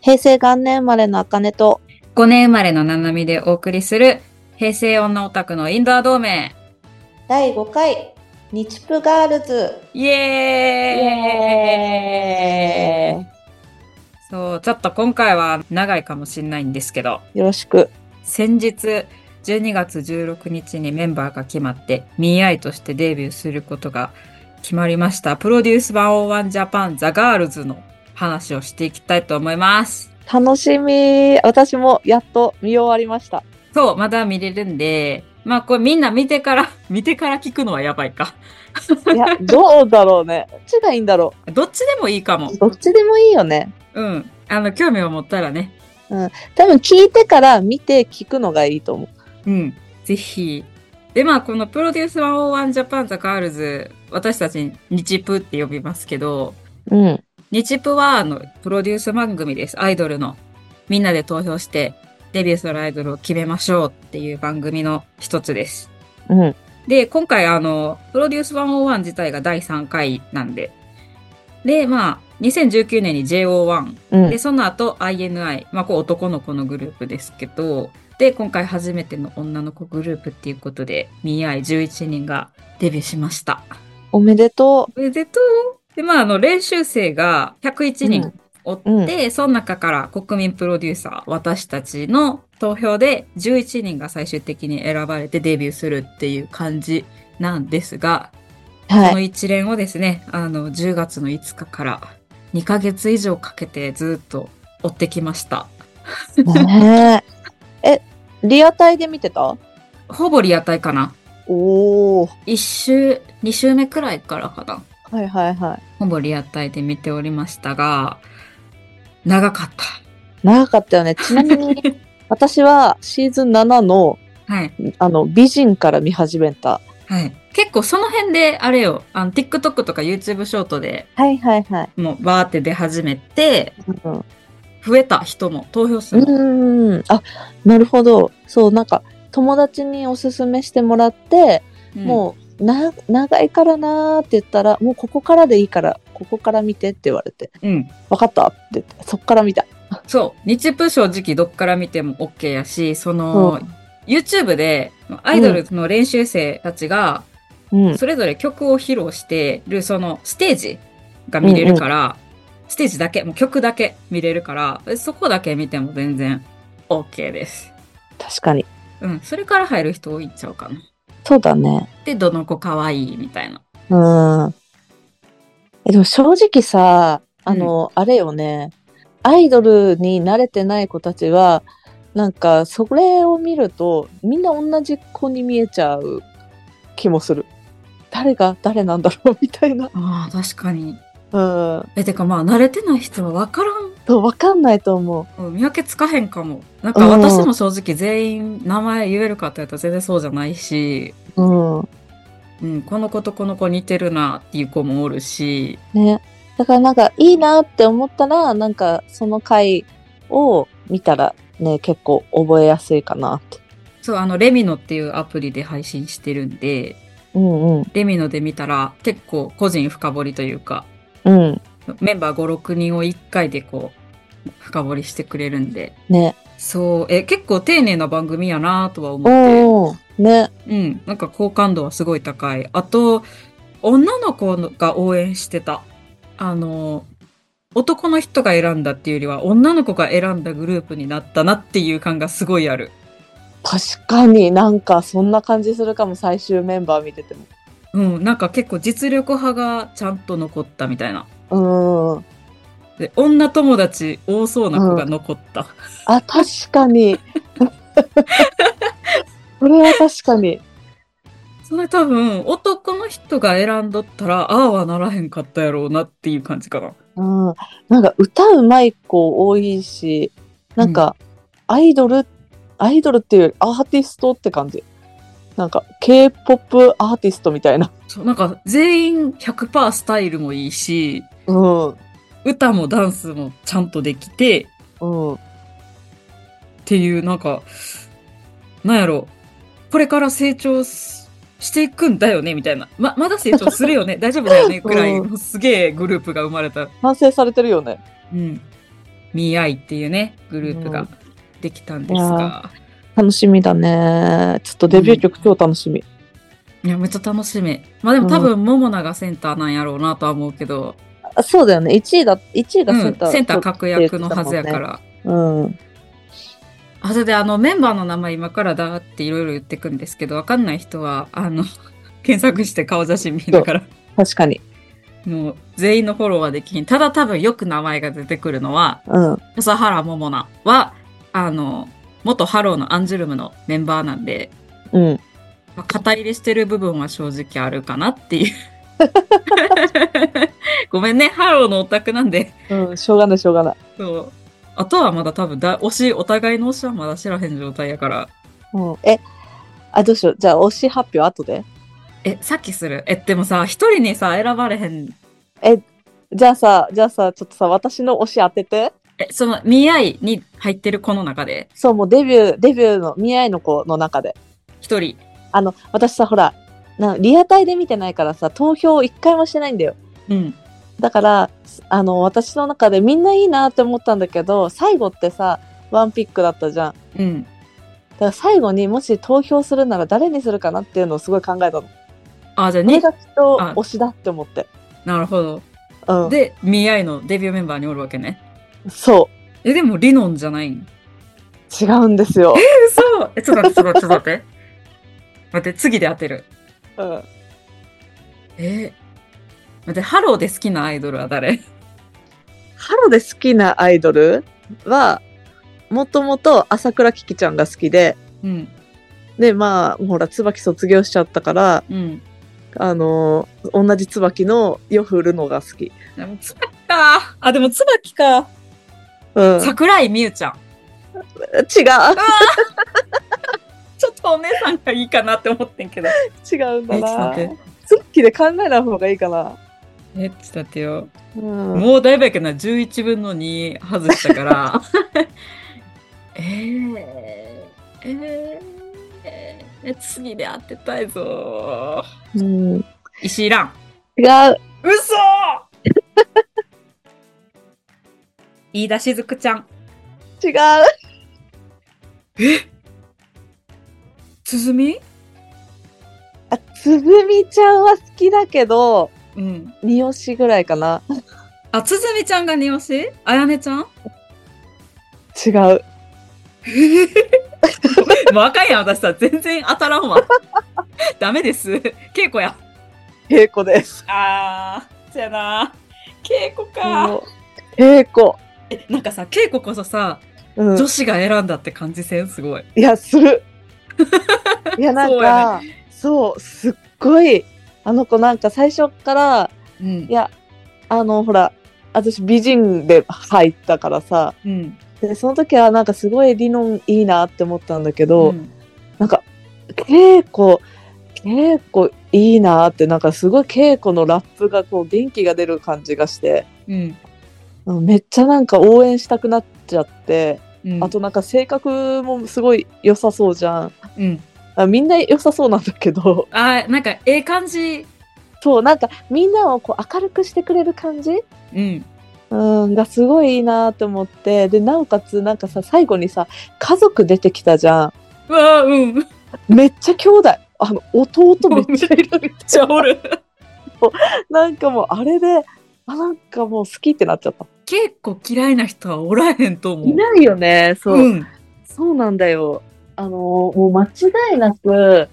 平成元年生まれのあかねと、 5年生まれのななみでお送りする平成女オタクのインドア同盟第5回、日プガールズ。イエーイーそうちょっと今回は長いかもしれないんですけどイよろしく。先日12月16日にメンバーが決まってミーアイとしてデビューすることが決まりましたプロデュース101ジャパンザガールズの話をしていきたいと思います楽しみ。私もやっと見終わりました。そう、まだ見れるんで、まあこれみんな見てから、 見てから聞くのはやばいか。い や、どうだろうね。どっちがいいんだろ どっちでもいいかもう。。どっちでもいいよね。うん。あの、興味を持ったらね。多分聞いてから見て聞くのがいいと思う。うん。ぜひ。で、まあこのプロデュース101ジャパンザガールズ、私たち日プって呼びますけど、うん。日プはあの、プロデュース番組です。アイドルの。みんなで投票して、デビューするアイドルを決めましょうっていう番組の一つです。うん。で、今回あの、プロデュース101自体が第3回なんで。で、まあ、2019年に JO1。うんで、。その後 INI。まあ、こう男の子のグループですけど。で、今回初めての女の子グループっていうことで、ミーアイ11人がデビューしました。おめでとおめでとう。で、まあ、あの、練習生が101人おって、うんその中から国民プロデューサー、私たちの投票で11人が最終的に選ばれてデビューするっていう感じなんですが、う。こはのい。一連をですね、あの、10月の5日から2ヶ月以上かけてずっと追ってきました。ねえ。え、リアタイで見てたほぼリアタイかな。おー。 1週、2週目くらいからかな。はいはいはい。ほぼリアタイで見ておりましたが、長かった。長かったよね。ちなみに、 私はシーズン7の、はい。あの、美人から見始めた。はい。結構その辺で、あれよ、あの、TikTok とか YouTube ショートではいはいはい。もうバーって出始めて、うん、う増えた人も投票数も。ーん。あ、なるほど。そう、なんか、友達におすすめしてもらって、うんもう、な、長いからなーって言ったら、もうここからでいいから、ここから見てって言われて、うん。わかったって言って、そっから見た。そう。日プ正直どっから見ても OK やし、その、う YouTube でアイドルの練習生たちが、うん。それぞれ曲を披露してる、そのステージが見れるから、ステージだけ、もう曲だけ見れるから、そこだけ見ても全然 OK です。確かに。うん。それから入る人多いっちゃうかな。そうだね。で、どの子可愛いみたいな。うーん。え、でも正直さ、あの、あれよね。アイドルに慣れてない子たちは、なんか、それを見ると、みんな同じ子に見えちゃう気もする。誰が誰なんだろう みたいな。ああ、確かに。うん。え、てかまあ、慣れてない人は分からん。そう、わかんないと思う。うん見分けつかへんかも。なんかうん私も正直全員名前言えるかって言ったら全然そうじゃないし、うん。うん、この子とこの子似てるなっていう子もおるし、ね。だからなんか、いいなって思ったら、なんか、その回を見たら、ね、結構覚えやすいかなって。そう、あの、レミノっていうアプリで配信してるんで、うんうん。レミノで見たら結構個人深掘りというか、うん。メンバー5、6人を1回でこう、深掘りしてくれるんで、ね。そう、え、結構丁寧な番組やなとは思って、おー。ね。うん、なんか好感度はすごい高い。あと、女の子が応援してた。あの、男の人が選んだっていうよりは、女の子が選んだグループになったなっていう感がすごいある。確かになんかそんな感じするかも最終メンバー見ててうん、なんか結構実力派がちゃんと残ったみたいな。もうんで、女友達多そうな子が残った。あ確かに これは確かにそれ多分、男の人が選んどったら、ああはならへんかったやろうなっていう感じかな。うんなんか歌うまい子多いしなんかアイドル、アイドルっていうよりアーティストって感じなんか k p o p アーティストみたいなそう、なんか全員100%スタイルもいいし、うんうん歌もダンスもちゃんとできて、っていう、なんか、なんやろ、これから成長すしていくんだよね、みたいな。ま、まだ成長するよね、大丈夫だよね、くらい、うすげえグループが生まれた。反省されてるよねうん。ミーアイっていうね、グループうがんできたんですが、楽しみだね。ちょっとデビュー曲超楽しみ。いや、めっちゃ楽しみ。まあでも多分、モモナがセンターなんやろうなとは思うけど、あそうだよね。1位だ、一位うがん、センター、センター確約のはずやから。うん。あ、それであの、メンバーの名前今からだーっていろいろ言ってくんですけど、わかんない人は、あの、 検索して顔写真見ながら、確かに。もう全員のフォローはできひん。ただ多分よく名前が出てくるのは、うん。笹原桃奈は、あの、元ハローのアンジュルムのメンバーなんで、うん。まあ語りでしてる部分は正直あるかなっていう。 ごめんね、ハローのオタクなんで。うん。しょうがない、しょうがない。そう。あとはまだ多分だ、推し、お互いの推しはまだ知らへん状態やから。うん。え、あ、どうしよう。じゃあ、推し発表後で。え、さっきするえ、でもさ、一人にさ、選ばれへん。じゃあさ、じゃあさ、ちょっとさ、私の推し当てて。え、その、見合いに入ってる子の中で、そう、もうデビュー、デビューの、見合いの子の中で。一人。あの、私さ、ほら、なリアタイで見てないからさ、投票一回もしてないんだよ。うん。だから、あの、私の中でみんないいなって思ったんだけど、最後ってさ、ワンピックだったじゃん。うん。だから最後にもし投票するなら誰にするかなっていうのをすごい考えたの。こあ、じゃあれね。がきっとあ推しだって思って。なるほど。うん。で、見合いのデビューメンバーにおるわけね。そえ、でも、リノンじゃないう。ん違うんですよ。嘘え、ちょっと待って、ちょっと待って。待って、次で当てる。うん。えー待って、ハローで好きなアイドルは誰ハロで好きなアイドルは、もともと朝倉キキちゃんが好きで、うん。で、まあ、ほら、椿卒業しちゃったから、うん。あのー同じ椿の夜降るのが好き。でも、椿か。あ、でも、椿か。うん。違う。桜井美羽ちゃん。ちょっとお姉さんがいいかなって思ってんけど。違うんだえ、ちょっとな待。って。椿で考えない方がいいかな。え、ちょっと待ってよ。うん。もうだいぶやけどな、11分の2外したから。 えー、えー、え、次で当てたいぞ。うん、違う。石井蘭。嘘 飯田しずくちゃん。違う。つづみあ、つぐみちゃんは好きだけど、うん。二押しぐらいかな。あ、つづみちゃんが二押しあやねちゃん違う。 もうあかんやん、私さ。全然当たらんわ。 ダメです。稽古や。稽古です。あー、じゃあな。稽古か。もう稽古。えなんかさ、稽古こそさ、うん。女子が選んだって感じせんすごい。いや、す る。いや、なんそうやか、そう,、すっごい、あの子なんか最初から、うんい。や、あの、ほら、私美人で入ったからさ、うん。で、その時はなんかすごい理論いいなって思ったんだけど、うんなんか、稽古、稽古いいなって、なんかすごい稽古のラップがこう元気が出る感じがして、うん。うんめっちゃなんか応援したくなっちゃって、うん。あとなんか性格もすごい良さそうじゃん。うん。あみんな良さそうなんだけど、 あー、なんか、ええ感じ。そう、なんかみんなをこう明るくしてくれる感じうん。うん、がすごいいいなと思って、で、なおかつなんかさ、最後にさ、家族出てきたじゃうわー、うん。めん。っめっちゃ兄弟、あの、弟めっちゃいる。ちゃおる。なんかもうあれで、あ、なんかもう好きってなっちゃった。結構嫌いな人はおらへんと思う。いないよね、そう。うん。そうなんだよ。あの、もう間違いなく、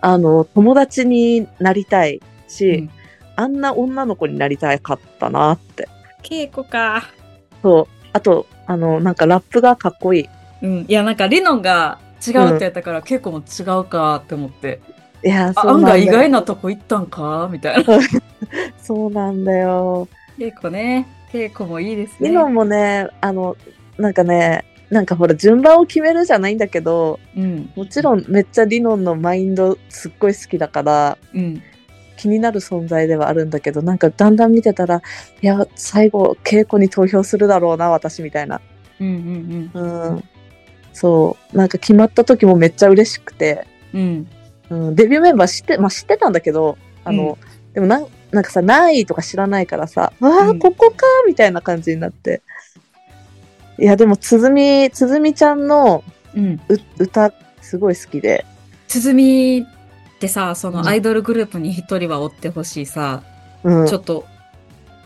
あの、友達になりたいし、うんあんな女の子になりたかったなって。稽古か。そう。あと、あの、なんかラップがかっこいい。うん。いや、なんか、リノンが違うってやったから、稽古も違うかって思って。いや、あ、そうなん案だ外よ意外なとこ行ったんかみたいな。そうなんだよ。稽古ね。稽古もいいですね。今もね、あの、なんかね、なんかほら、順番を決めるじゃないんだけど、うん。もちろんめっちゃリノンのマインドすっごい好きだから、うん。気になる存在ではあるんだけど、なんかだんだん見てたら、いや、最後、稽古に投票するだろうな、私みたいな。うんうんうん。そう。なんか決まった時もめっちゃ嬉しくて、うん。うん。うん、デビューメンバー知って、まあ知ってたんだけど、あの、でもなんなんかさ、ないとか知らないからさ、わあ、うんここか、みたいな感じになって。いや、でも、つづみ、つづみちゃんのうん。う歌、すごい好きで。つづみってさ、そのうんアイドルグループに一人は追ってほしいさ、うん。ちょっと、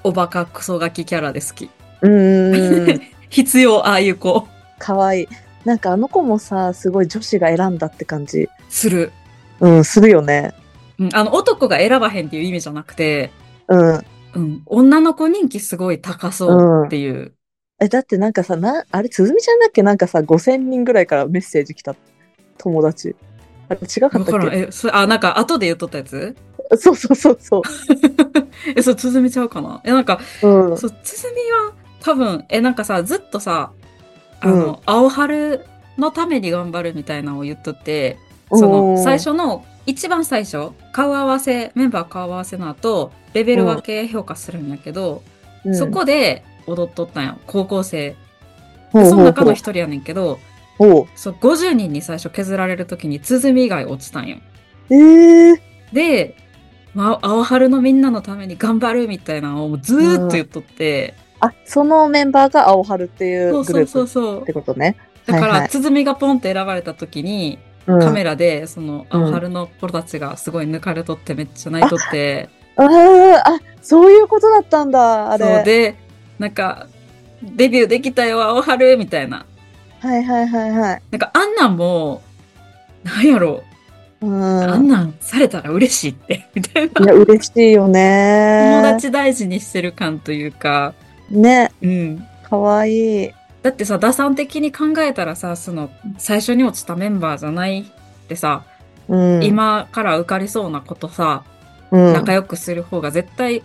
おバカクソガキキャラで好き。うーん。必要、ああいう子。かわいい。なんかあの子もさ、すごい女子が選んだって感じ。する。うん、するよね。うん。あの、男が選ばへんっていう意味じゃなくて、うん。うん。女の子人気すごい高そうっていう。え、だってなんかさ、な、あれ、つづみちゃんだっけなんかさ、5000人ぐらいからメッセージ来た。友達。あれ、違かわっかたっらん。けえ、それ、あ、なんか、後で言っとったやつそうそうそうそえ、そう、つづみちゃうかなえ、なんか、う。うん。 そう、つづみは、多分、え、なんかさ、ずっとさ、あの、青春のために頑張るみたいなのを言っとって、そおの、ー最初の、一番最初、顔合わせ、メンバー顔合わせの後、レベル分け評価するんやけど、うんそこで踊っとったんや。高校生。ほうほうその中ほのう一人やねんけど、ほう。そう、50人に最初削られるときに、つづみ以外落ちたんよ。ええで、まあ、青春のみんなのために頑張るみたいなのをもうずーっと言っとって、あ、そのメンバーが青春っていうグそルうそうープそうっそてう。ことね。だかはいはら、いつづみがポンって選ばれた時に、うんカメラで、その、うん青春の子たちがすごい抜かれとって、めっちゃ泣いとって、あーあ、そういうことだったんだ、あそうれ。で、なんか、デビューできたよ、青春みたいな。はいはいはいはい。なんか、あんなんも、なんやろ、うあん。んなんされたら嬉しいって、 みたいいな。や、嬉しいよ友ね。達大事にしてる感というか、ね、うん。かわいい。だってさ、打算的に考えたらさ、その、最初に落ちたメンバーじゃないってさ、うん。、今から受かりそうなことさ、うん、仲良くする方が絶対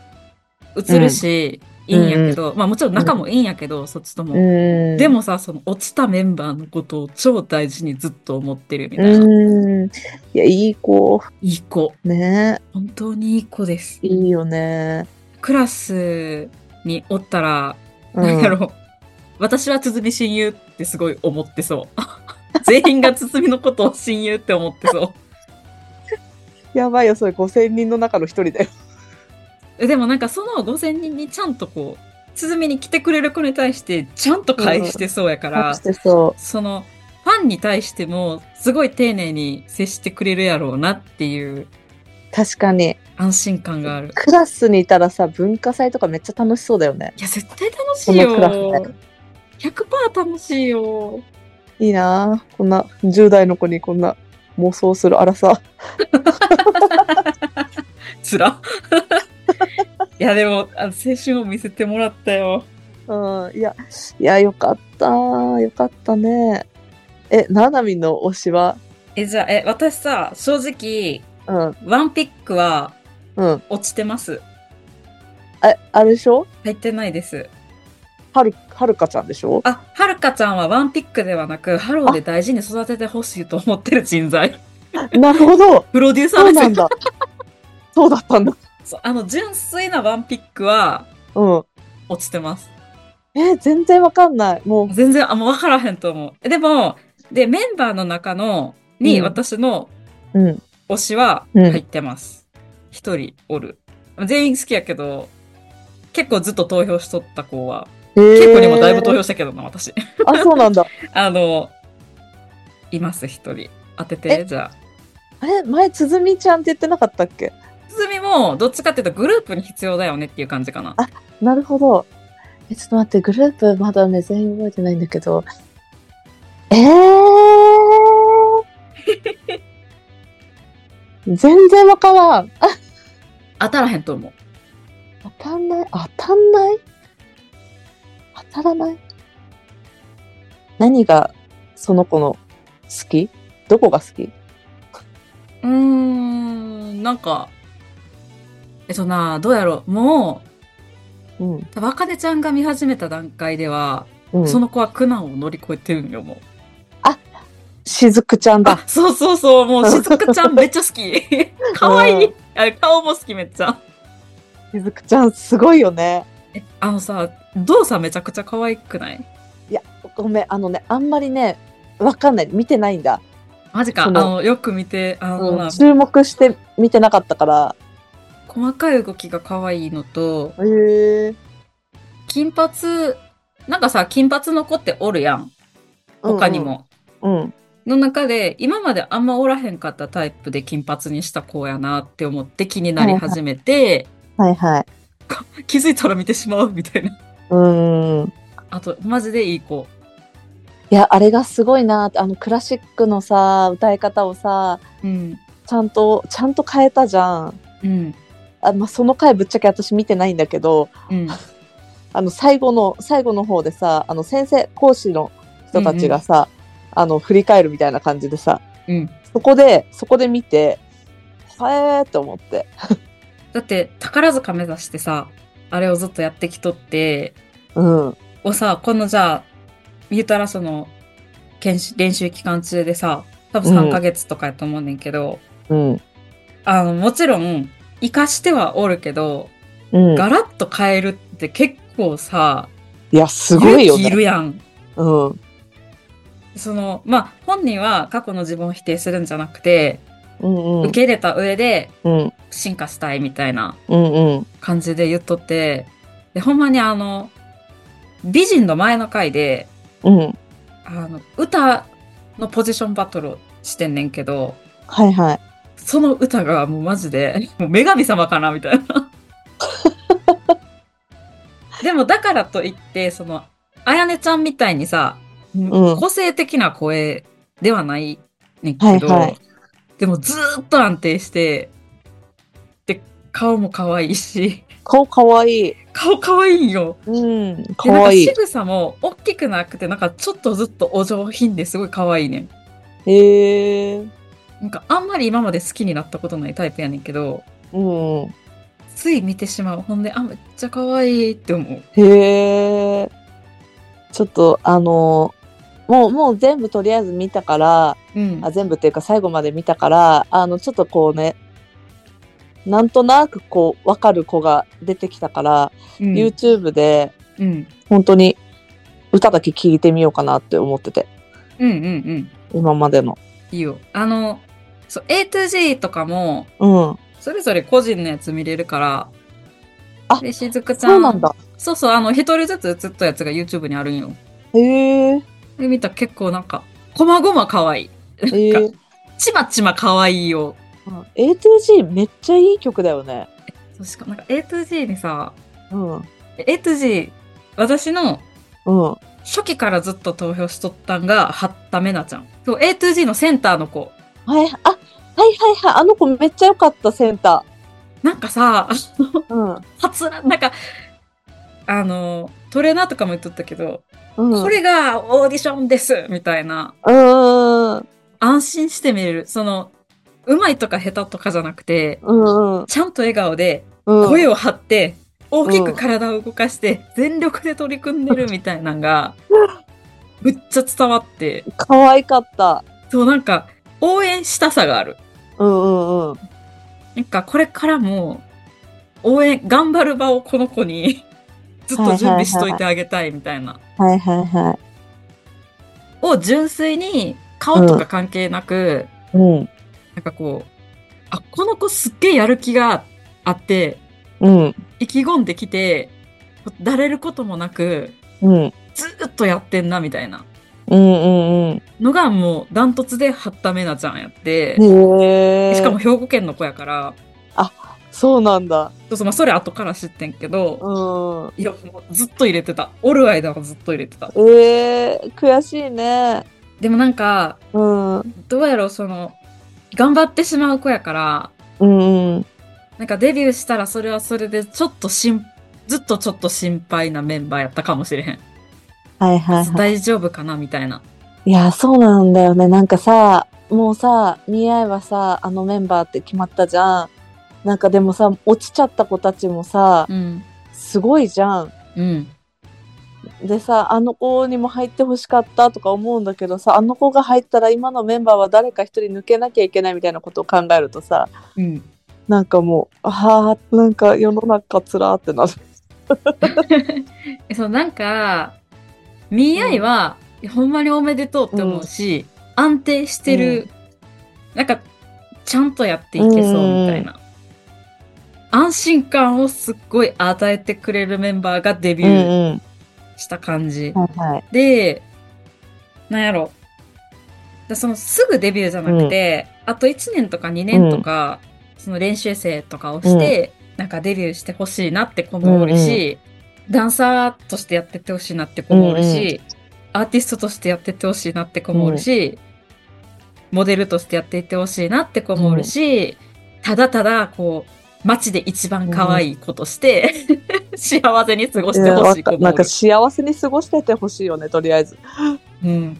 映るし、うんいいんやけど、まあもちろん仲もいいんやけど、そっちとも。うん。でもさ、その落ちたメンバーのことを超大事にずっと思ってるみたいうな。ん。いや、いい子。いい子。ね。本当にいい子です。いいよね。クラスにおったら、うなんんやろう。私は鼓親友ってすごい思ってそう。 全員が鼓のことを親友って思ってそう。やばいよ、それ5000人の中の一人だよ。えでもなんかその5000人にちゃんとこう、鼓に来てくれる子に対してちゃんと返して そうやから、してそそのファンに対してもすごい丁寧に接してくれるやろうなっていうう。確かに。安心感がある。クラスにいたらさ、文化祭とかめっちゃ楽しそうだよね。いや、絶対楽しいよこのクラ。 100%楽しいよ。いいなぁこんな、10代の子にこんな妄想する荒さ。つら。 いや、でも、あの青春を見せてもらったよ。うん、いや、いや、よかった。よかったね。え、ななみんの推しはえ、じゃあ、え、私さ、正直、うん、ワンピックはうん。落ちてます。あ、あれでしょ入ってないです。はる、はるかちゃんでしょあ、はるかちゃんはワンピックではなく、ハローで大事に育ててほしいと思ってる人材。なるほど。プロデューサそうーなんです。だ。そうだったんだ。そうあの、純粋なワンピックはうん。落ちてます。え、全然わかんない。もう、全然、あ、もう分からへんと思う。えでも、で、メンバーの中の、に、うん私のうん。推しはうん入ってます。一、人おる。全員好きやけど、結構ずっと投票しとった子は、結構にもだいぶ投票したけどな、私。 あ、そうなんだ。あの、います、一人。当てて、えじゃあ。あれ前、つづみちゃんって言ってなかったっけつづみも、どっちかっていうとグループに必要だよねっていう感じかな。あなるほど。え、ちょっと待って、グループまだね、全員覚えてないんだけど。え ー、全然わからん。あ、当たらへんと思う。当たんない当たんない当たらない何がその子の好きどこが好きうーん、なんか、えっとな、どうやろう。もうん。う、若手ちゃんが見始めた段階では、うん、その子は苦難を乗り越えてるんよ、もう。しずくちゃんあだ。、そうそうそう、もうしずくちゃんめっちゃ好き。かわいい。あ顔も好きめっちゃ。しずくちゃん、すごいよね。え、あのさ、動作めちゃくちゃ可愛くないごめん、あのね、あんまりね、わかんない。見てないんだ。マジか。あそのの、よく見て、あの、うん、な注目して見てなかったから。細かい動きが可愛いのと、へえ金髪なんかさ、金髪の子っておるやん。他にも。うんの中で、今まであんまおらへんかったタイプで金髪にした子やなって思って気になり始めて、 はいはい気づいたら見てしまうみたいな。うーんあと、マジでいい子。いやあれがすごいなってあのクラシックのさ歌い方をさうん。ちゃんとちゃんと変えたじゃんうん。あ、まあ、その回ぶっちゃけ私見てないんだけどうん。あの最後の最後の方でさあの先生講師の人たちがさ、あの振り返るみたいな感じでさうん。そこでそこで見てはえーって思ってだって、宝塚目指してさ、あれをずっとやってきとって、うんをさ、このじゃあ、言うたらその、研修練習期間中でさ、多分うん3ヶ月とかやと思うねんけど、うんあの、もちろん、活かしてはおるけど、うんガラッと変えるって結構さ、いやすごいよ勇気いねるやん。うんその、まあ、本人は過去の自分を否定するんじゃなくて、うんう受んけ入れた上でうん進化したいみたいなうんうん感じで言っとって、で、ほんまにあの、美人の前の回で、うんあの、歌のポジションバトルをしてんねんけど、はいはいその歌がもうマジで、もう女神様かなみたい な。でもだからといって、その、あやねちゃんみたいにさ、ん個性的な声ではないねんけど、はいはいでもずーっと安定して、で、顔も可愛いし、顔かわいい顔可愛いんよ。うんでかわいいなんか仕草も大きくなくて、なんかちょっとずっとお上品ですごい可愛いねん。へえなんかあんまり今まで好きになったことないタイプやねんけど、うんうんつい見てしまう。ほんで、あ、めっちゃ可愛いって思う。へえ。ちょっとあのもうもう全部とりあえず見たからうんあ。全部っていうか最後まで見たからあのちょっとこうねなんとなくこう分かる子が出てきたから、うん。 YouTube でうん。本当に歌だけ聴いてみようかなって思っててうんうんうん。今までの。いいよ。あの、そう、A to G とかも、うん、それぞれ個人のやつ見れるから、あで、しずくちゃん。そうなん。だ。そうそう、あの、一人ずつ映ったやつが YouTube にあるんよ。へえ。で、見たら結構なんか、こまごま可愛い。へえ。ちまちま可愛いよ。 A to G めっちゃいい曲だよね。そうしかもなんか A to G にさ、うん。うん。 A to G、私のは初期からずっと投票しとったんが、はっためなちゃん。そう、A to G のセンターの子。い、あ、はいはいはい。あの子めっちゃ良かった、センタなんかさ、ー。うん。はつら、なんか、あの、トレーナーとかも言っとったけど、うん、これがオーディションですみたいな、うーん。安心して見れる。その、うまいとか下手とかじゃなくて、うん。ちゃんと笑顔で、うん。声を張って、大きく体を動かして、全力で取り組んでるみたいな のが、むっちゃ伝わって、可愛かった。そうなんか、応援したさがある。うんうんうん。なんか、これからも、応援、頑張る場をこの子に、 ずっと準備しといてあげたいみたいな。はいはいはを純粋に顔とか関係なく、い。うん。なんかこう、あ、この子すっげえやる気があって、うん。意気込んできて、だれることもなく、うん。ずーっとやってんな、みたいなうんうんのがもうダントツで、はっためなちゃんやって、うん。へえ。しかも、兵庫県の子やから、そうなんだ。そうそう、まあ、それ後から知ってんけど、うん。いや、もうずっと入れてた。おる間はずっと入れてた。ええー、悔しいね。でもなんか、うん。うんどうやろう、その、頑張ってしまう子やから、うん。なんかデビューしたらそれはそれでちょっとしん、ずっとちょっと心配なメンバーやったかもしれへん。はいはいはい。大丈夫かなみたいな。いや、そうなんだよね。なんかさ、もうさ、似合いはさ、あのメンバーって決まったじゃん。なんかでもさ、落ちちゃった子たちもさ、うん。すごいじゃん。うん。でさあの子にも入ってほしかったとか思うんだけどさあの子が入ったら今のメンバーは誰か一人抜けなきゃいけないみたいなことを考えるとさうん。なんかもうあーなんか世の中つらーってなる。えそう、なんか、見合いは、ほんまにおめでとうって思うし、安定してる、なんか、ちゃんとやっていけそうみたいな。安心感をすっごい与えてくれるメンバーがデビューんした感じ。はいはい。で、なんやろ。だそのすぐデビューじゃなくて、あと1年とか2年とか、その練習生とかをして、なんかデビューしてほしいなって子もおるし、ダンサーとしてやってってほしいなって子もおるし、アーティストとしてやってってほしいなって子もおるし、モデルとしてやっていってほしいなって子もおるし、ただただこう、街で一番可愛い子として、 幸せに過ごしてほしい子もいやわかおる。なんか幸せに過ごしててほしいよね、とりあえず。うん。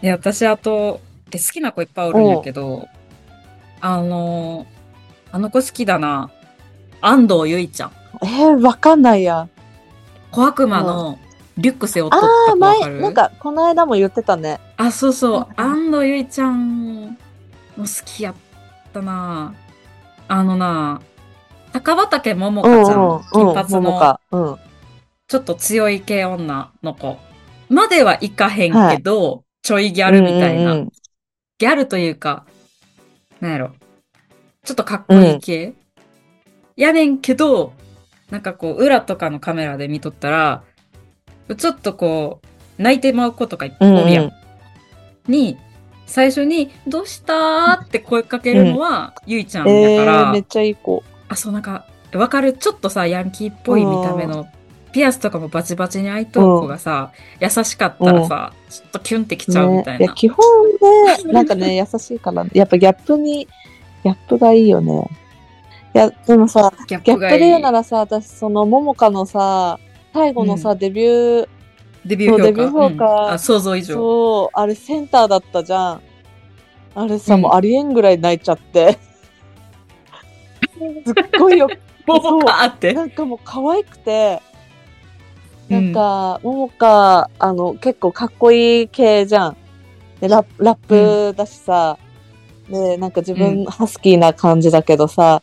で、私、あと、え好きな子いっぱいおるんやけど、あの、あの子好きだな。安藤ゆいちゃん。えー、わかんないや。小悪魔のリュック背負っとっあたあ、子わか前、るなんか、この間も言ってたね。あ、そうそうう。ん安藤ゆいちゃんも好きやったな。あのな、高畑桃うんうん香ちゃん。金うん、髪桃の香。うん。ちょっと強い系女の子。まではいかへんけど、ちょいギャルみたいな。うんうんギャルというか、なんやろ。ちょっとかっこいい系、やねんけど、なんかこう、裏とかのカメラで見とったら、ちょっとこう、泣いてまう子とかいっぱいおるやん。うんに、最初に、どうしたーって声かけるのは、ゆいちゃんうんえやから、ー、めっちゃいい子。あ、そうなんか、わかる、ちょっとさ、ヤンキーっぽい見た目の、ピアスとかもバチバチに開いとる子がさ、優しかったらさ、ちょっとキュンってきちゃうみたいね、な。や基本 ね、なんかね、優しいから、やっぱギャップに、ギャップがいいよね。いや、でもさ、ギャッギャプップがでい言ういな。らさ、私、その、桃香のさ、最後のさ、デビュー、デビュー評価。そうデビュー評価うんあ、想像以上。そう、あれセンターだったじゃん。あれさ、うんもうありえんぐらい泣いちゃ って。すっごいよ、ボ ボカーって。なんかもう可愛くて、うなんか、桃香、あの、結構かっこいい系じゃん。でラップラップだしさ、で、なんか自分、ハスキーな感じだけどさ、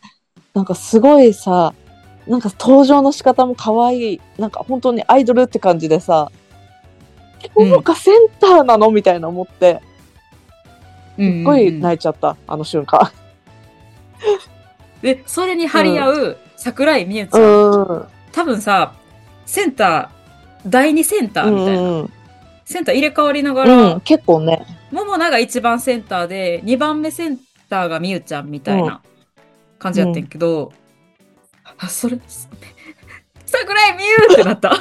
なんかすごいさ、なんか登場の仕方も可愛い。なんか本当にアイドルって感じでさ、うん桃香センターなのみたいな思って、うんすっごいい。泣いちゃった、あの瞬間。で、それに張り合う桜井美優ちゃ。うんん。多分さ、センター、第二センターみたいな。うんセンター入れ替わりながうん、ら、うん、結構ね。ももなが一番センターで、二番目センターがみゆちゃんみたいな感じやってんけど、あ、それ、す桜井みゆってなった。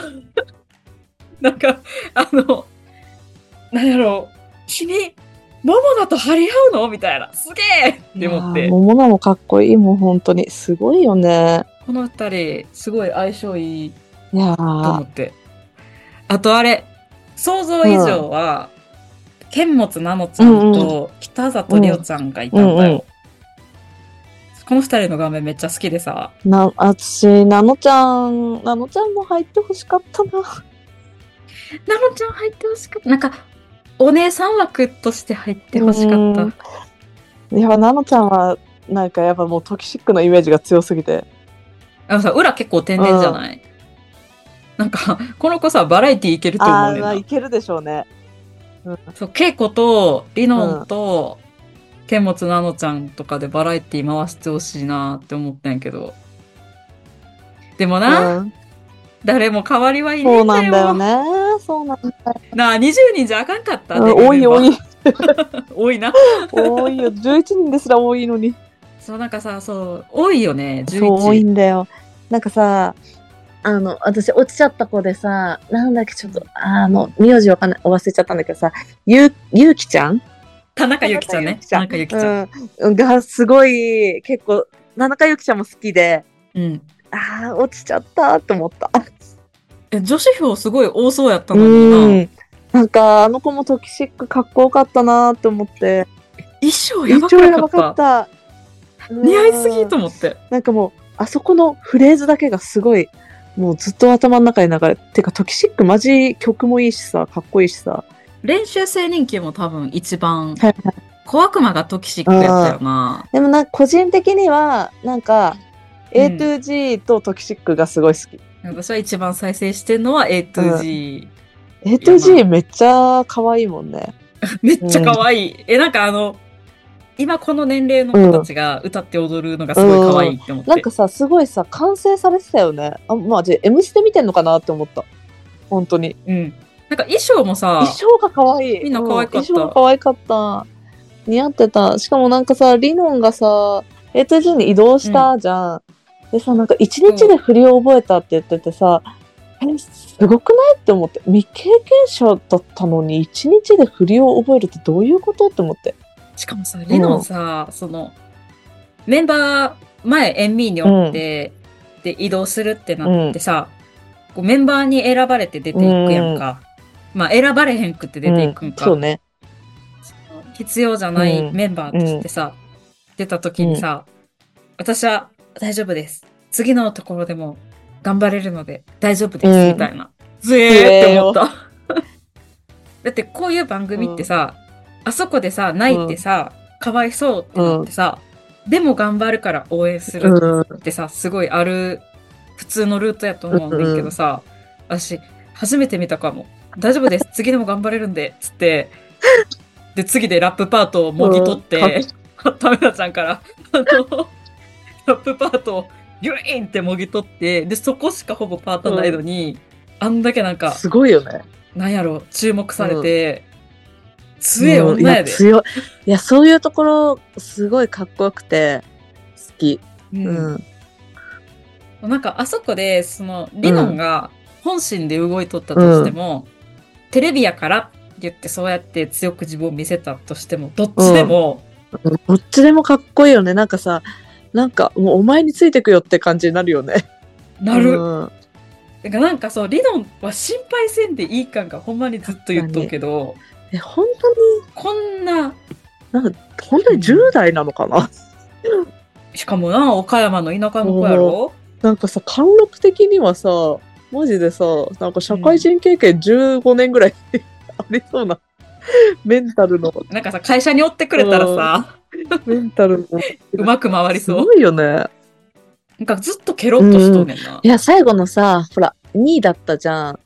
なんか、あの、なんやろう、君、ももなと張り合うのみたいな、すげえって思っいやーて、桃菜もかっこいい、もう本当に。すごいよね。この二人、すごい相性いいいやと思ーって。あとあれ、想像以上は、剣持菜乃ちゃんと北里涼ちゃんがいたんだよ。うんうんこの二人の画面めっちゃ好きでさ、な、私、なのちゃん、なのちゃんも入ってほしかったな。 菜乃ちゃん入ってほしかった。なんか、お姉さん枠として入ってほしかっうんた。いや、なのちゃんは、なんかやっぱもうトキシックのイメージが強すぎて。あのさ、裏結構天然じゃない、なんか、この子さ、バラエティいけると思あーうねんまあ、。ないけるでしょうね。そう、恵子と、りのんと、剣持菜乃ちゃんとかでバラエティ回してほしいなって思ったんやけど。でもな、うん誰も代わりはいねそえうんだなんよ。だよね。そうなんだよ。なあ、20人じゃあかんかった。うん多い、多多い。い、多いな。多いよ。11人ですら多いのに。そう、なんかさ、そう、多いよね、11。そう、多いんだよ。なんかさ、あの、私落ちちゃった子でさ、なんだっけ、ちょっと、あの、名字わかんない、忘れちゃったんだけどさ、ゆう、ゆうきちゃん田中ゆきちゃんね。田田中ゆきちゃん。うん、がすごい結構田中由紀ちゃんも好きでうん。ああ落ちちゃったと思ったえ、女子票すごい多そうやったうのにな。んなんかあの子もトキシックかっこよかったなーって思って衣装や一ば応やばかかっ。ったた似合いすぎうんと思って。なんかもうあそこのフレーズだけがすごいもうずっと頭の中に流れてかトキシックマジ曲もいいしさかっこいいしさ練習生人気も多分一番はい、小悪魔がトキシックやったよな。でもなんか個人的にはなんかうん A to G とトキシックがすごい好き、私は一番再生してんのは A to G。 A to G めっちゃ可愛いもんねめっちゃ可愛い。え、なんかあの、今この年齢の子たちが歌って踊るのがすごい可愛いって思って。なんかさ、すごいさ、完成されてたよね。あ、まあ、じゃあ、M ステ見てんのかなって思った。本当に。うん。なんか衣装もさ衣、装が可愛い。みんな可愛かったうん衣装が可愛かった。似合ってた。しかもなんかさ、リノンがさ、ATG に移動したじゃん。でさ、なんか一日で振りを覚えたって言っててさ、え、すごくないって思って。未経験者だったのに、一日で振りを覚えるってどういうことって思って。しかもさ、リノンさ、その、メンバー、前、エンミーにおって、で、移動するってなってさ、こうメンバーに選ばれて出ていくやんか。まあ、選ばれへんくって出ていくんか。そうね。必要じゃないメンバーとしてさ、出た時にさ、私は大丈夫です。次のところでも頑張れるので大丈夫です、うんみたいな。ずえーって思った。 だってこういう番組ってさ、あそこでさ、泣いてさ、かわいそうってなってさ、でも頑張るから応援するうん。ってさ、すごいある普通のルートやと思うんだけどさ、私、初めて見たかも。大丈夫 です。次でも頑張れるんで、つって、で、次でラップパートをもぎ取って、タメラちゃんから、あの、ラップパートをギュイーンってもぎ取って、で、そこしかほぼパートないのに、あんだけなんか、すごいよね。なんやろ、注目されて、強えうんい女ややで。強い。いや、そういうところ、すごいかっこよくて、好き。うんうん。なんかあそこでその理論が本心で動いとったとしても、テレビやからって言ってそうやって強く自分を見せたとしてもどっちでも、どっちでもかっこいいよね。なんかさ、なんかもうお前についてくよって感じになるよね。なる、うんだからなんかそう理論は心配せんでいい感がほんまにずっと言っとうけどえ、本当に、こんな本当に10代なのかな、しかもな岡山の田舎の子やろなんかさ、貫禄的にはさ、マジでさ、なんか社会人経験15年ぐらいありそうな、メンタルの、なんかさ会社に追ってくれたらさ、メンタ ルの。うまく回りすそうごいよね。なんかずっとケロッとしとんねんな、いや、最後のさ、ほら、2位だったじゃん。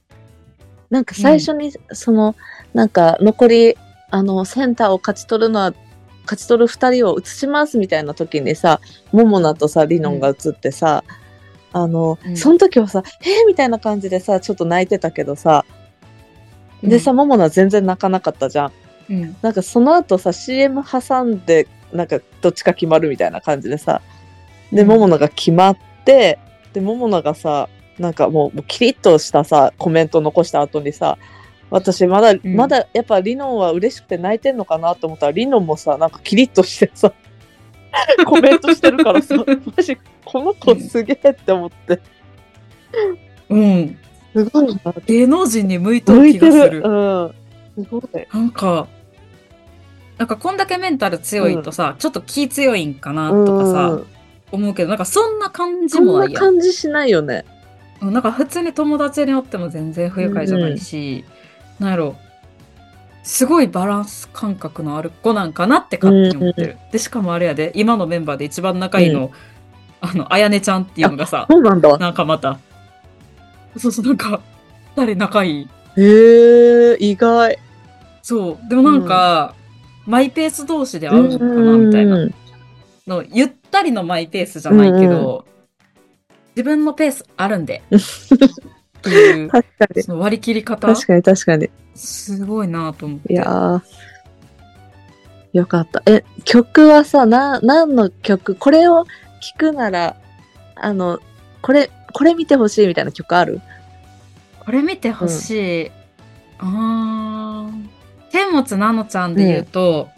なんか最初に、その、なんか残り、あの、センターを勝ち取るのは、勝ち取る2人を移しますみたいな時にさ、モモナとさ、リノンが移ってさ、あの、うんその時はさ、えー、みたいな感じでさ、ちょっと泣いてたけどさ、でさ、モモナは全然泣かなかったじゃん。うんなんかその後さ、CM 挟んで、なんかどっちか決まるみたいな感じでさ、で、うん桃菜が決まって、で、桃菜がさ、なんかもう、もうキリッとしたさ、コメント残した後にさ、私まだ、んまだやっぱリノンは嬉しくて泣いてんのかなと思ったら、リノンもさ、なんかキリッとして さ、コメントしてるから さ、マジ、この子すげえって思って、うんすごいな、芸能人に向いと向るい気てがする。るうん。すごい。なんか、なんかこんだけメンタル強いとさ、ちょっと気強いんかなとかさ、うん、思うけど、なんかそんな感じそんもなないやん。感じしないよね。うんなんか普通に友達におっても全然不愉快じゃないし、なんやろ、すごいバランス感覚のある子なんかなって勝手に思ってる。で、しかもあれやで、今のメンバーで一番仲いいの、あの、あやねちゃんっていうのがさ、そうなんだ。なんかまた、そうそう、なんか、誰仲いいへえ、意外。そう。でもなんか、マイペース同士で会うのかな、みたいな。うんの、ゆったりのマイペースじゃないけど、自分のペースあるん で。っていう、確かに。その割り切り方、確かに、確かに。すごいなと思って。いやー。よかった。え、曲はさ、な、何の曲これを聴くなら、あの、これ、これ見てほしいみたいな曲あるこれ見てほしい。あー。天持なのちゃんで言うと、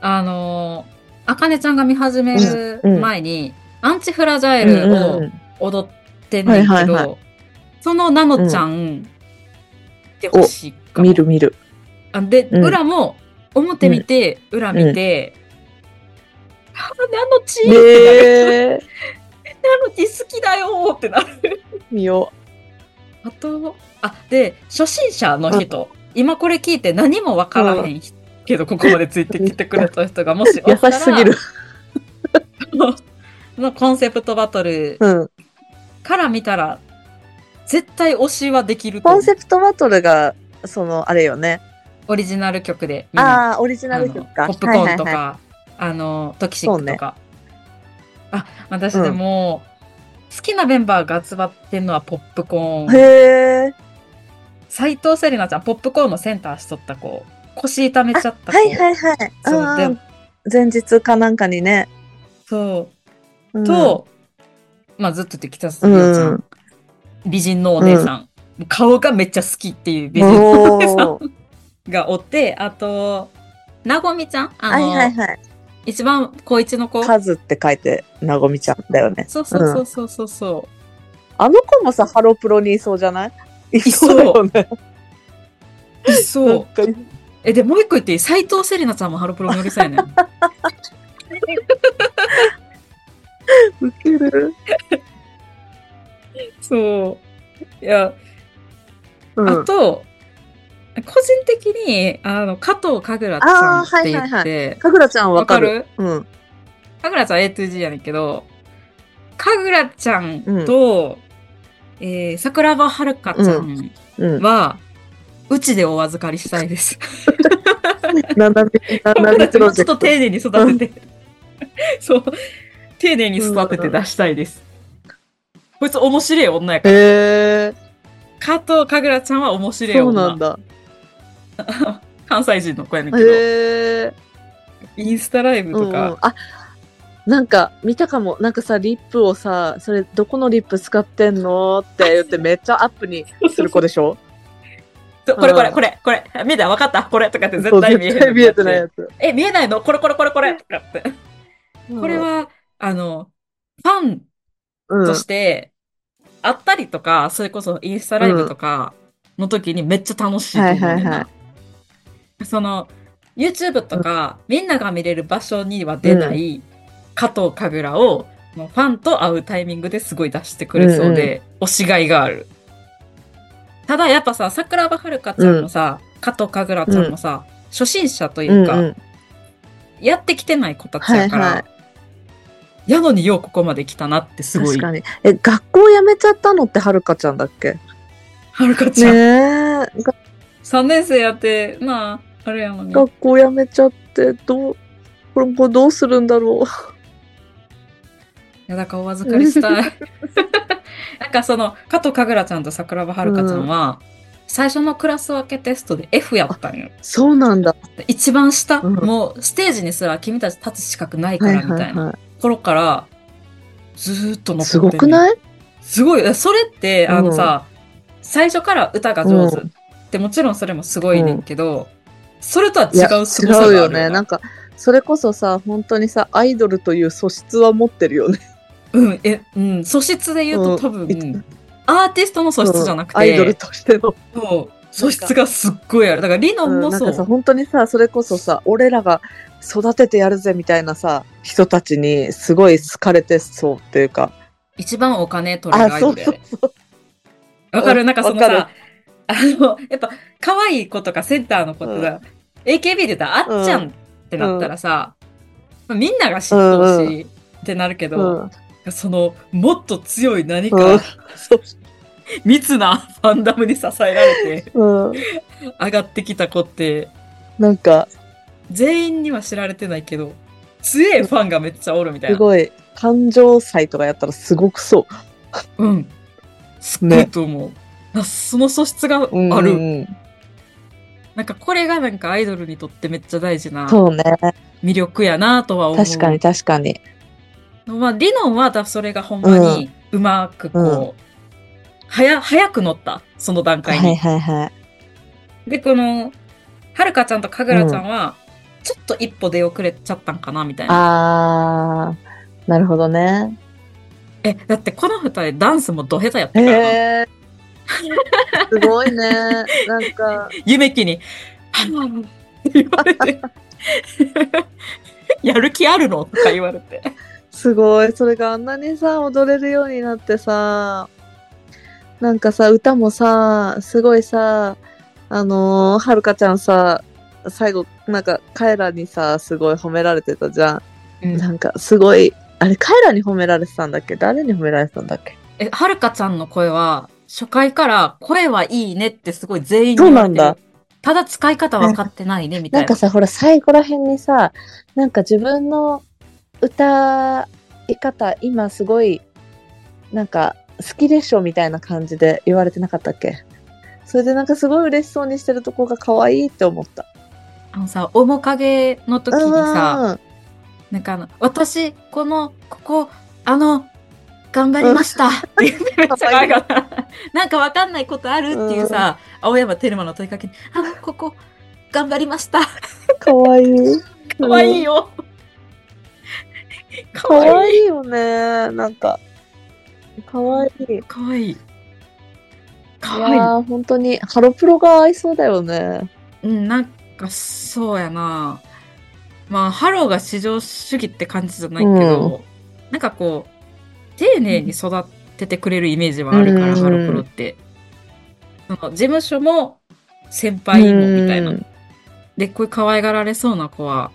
あのー、あかねちゃんが見始める前に、アンチフラジャイルを、うん踊ってんねんけど、はいはいそのなのちゃん、でほしいかも見る見る。あで、うん裏も表見て、裏見て、あなのち、えー、なのち好きだよーってなる。見よあと、あ、で、初心者の人、今これ聞いて何もわからへん人けど、ここまでついてきてくれた人がも しう。お優ったしらすぎる。。のコンセプトバトルうん。から見たら、絶対推しはできるとコ思うンセプトバトルが、その、あれよね。オリジナル曲で。みんなああー、オリジナあのル曲か。ポップコーンとはか、いはいはあの、トキシックとか。あ、私でも、好きなメンバーが集まってんのはポップコーンい。へえ。斉藤セリナちゃん、ポップコーンのセンターしとった子、腰痛めちゃった子。はいはいはい。そううんでうん前日かなんかにね。そうう。ん、と、まあずっと言ってきたすみちゃ。うん美人のお姉さん。顔がめっちゃ好きっていう美人の お姉さおーんがおって、あと、なごみちゃんあはの、いはいはい。一番高一の子。数って書いて、なごみちゃんだよね。そうそうそうそうそう。あの子もさ、ハロプロにいそうじゃないいそうだよね。うそなんう。かえ、で、もう一個言っていい斎藤セリナちゃんもハロプロにおりそうやねん。ウケる。 そう。いや、うん。あと、個人的に、あの、加藤かぐらさんって言って、わ、あーはいはいかぐらちゃんわかかるるうん。かぐらちゃん A to G やねんけど、かぐらちゃんと、えー桜庭遥香ちゃんうん。は、うちでお預かりしたいです。ななみ、ななみプロも うちジェクょっとト。丁寧に育てて、 そう、丁寧に育てて出したいです。こいつ面白い女やから。へえ。加藤かぐらちゃんは面白いそうなん女。だ。関西人の子やねんけど、へえ。インスタライブうんうとか、ん。あ、なんか見たかも。なんかさ、リップをさ、それどこのリップ使ってんのって言ってめっちゃアップにする子でしょそうこれうんこれこれこれ見えた分かったこれとかってそ絶う対見えへん絶対見えてないやつ。え見えないのこれこれこれこれとかってこれはあのファンうん、として会ったりとか、それこそインスタライブとかの時にめっちゃ楽しいと思うねんな、はいはいはその YouTube とか、みんなが見れる場所には出ない加藤かぐらを、もうファンと会うタイミングですごい出してくれそうで、推しがいがある。ただやっぱさ、桜庭遥香ちゃんもさ、加藤かぐらちゃんもさ、初心者というか、うんうんやってきてない子たちやから、はいはやのにようここまで来たなってすごい確、かに。え、学校辞めちゃったのってはるかちゃんだっけ遥香ちゃん、ねえ。が3年生やって、まあ、あれやのに。学校辞めちゃって、どう、今後どうするんだろいや、だからお預かり したい。なんかその、加藤かぐらちゃんと桜庭遥香ちゃんは、最初のクラス分けテストで F やったんよう。。そうなんだ。一番下、うんもうステージにすら君たち立つ資格ないかはいらみたはいいなは頃から、ずーっい。と残ってるすごくないすごい。いやそれって、うんあのさ、最初から歌が上手っうて、もちろんそれもすごいねんけど、それとは違いやう凄さがあ違うるよよなね。なんか、それこそさ、本当にさ、アイドルという素質は持ってるよね。うん、え、うん、素質で言うと多うんい分、アーティストの素質じゃなくて、アイドルとしての。そう。素質がすっごいある。だから、リノンうもん、なんそう。かさ、本当にさ、それこそさ、俺らが育ててやるぜみたいなさ、人たちにすごい好かれてそうっていうか。一番お金取れるアイドルやであわかるなんかそのわかさ、あの、やっぱ、可愛い子とかセンターの子とか、AKB で言ったら、あっちゃんってなったらさ、みんなが嫉妬しいってなるけうど、ん。その、もっと強い何うかん、そう密なファンダムに支えられて、うん、上がってきた子って、なんか全員には知られてないけど、強いファンがめっちゃおるみたいすな。ごい感情祭とかやったらすごくそうん。すっごいと思う。なその素質がある。う。うんなんかこれがなんかアイドルにとってめっちゃ大事なそうね。魅力やなとは思う。確かに。確かに。まあ、理論は多分それがほんまにうまくこう、はや、早く乗った、その段は階に。いはいはい。で、この、はるかちゃんとかぐらちゃんは、ちょっと一歩出遅れちゃったんかな、みたいな。あー、なるほどね。え、だってこの二人ダンスもド下手やったからな、 へえ。すごいね。なんか、夢きに、はぁって言われて、 やる気あるのとか言われて。すごい。それがあんなにさ、踊れるようになってさ、なんかさ、歌もさ、すごいさ、あのーはるかちゃんさ、最後、なんか、カエラにさ、すごい褒められてたじゃん。なんかすごい、あれ、カエラに褒められてたんだっけ誰に褒められてたんだっけえ、はるかちゃんの声は、初回から声はいいねってすごい全員にそ言うわなれんてるだ。。ただ使い方分かってないね、みたないんかな。さ、ほら、最後らへんにさ、なんか自分の歌い方、今すごい、なんか、好きでしょみたいな感じで言われてなかったっけそれでなんかすごい嬉しそうにしてるとこが可愛いって思った。あのさ、面影の時にさ、なんかあの、私、この、ここ、あの、頑張りましたって言ってめっちゃ可愛 かった。なんかわかんないことあるっていうさ、青山テルマの問いかけに、あ、ここ、頑張りました。うん、可愛いい。 可愛いよ。可可愛い。愛いよね。なんか。可愛い。可愛い。い可愛い。やー本当にハロプロが合いそうだよね。うん、なんか、そうやな。まあ、ハローが至上主義って感じじゃないけど、なんかこう、丁寧に育ててくれるイメージはあるから、うんハロプロって。その事務所も先輩もみたいな。うんで、こういう可愛がられそうな子は、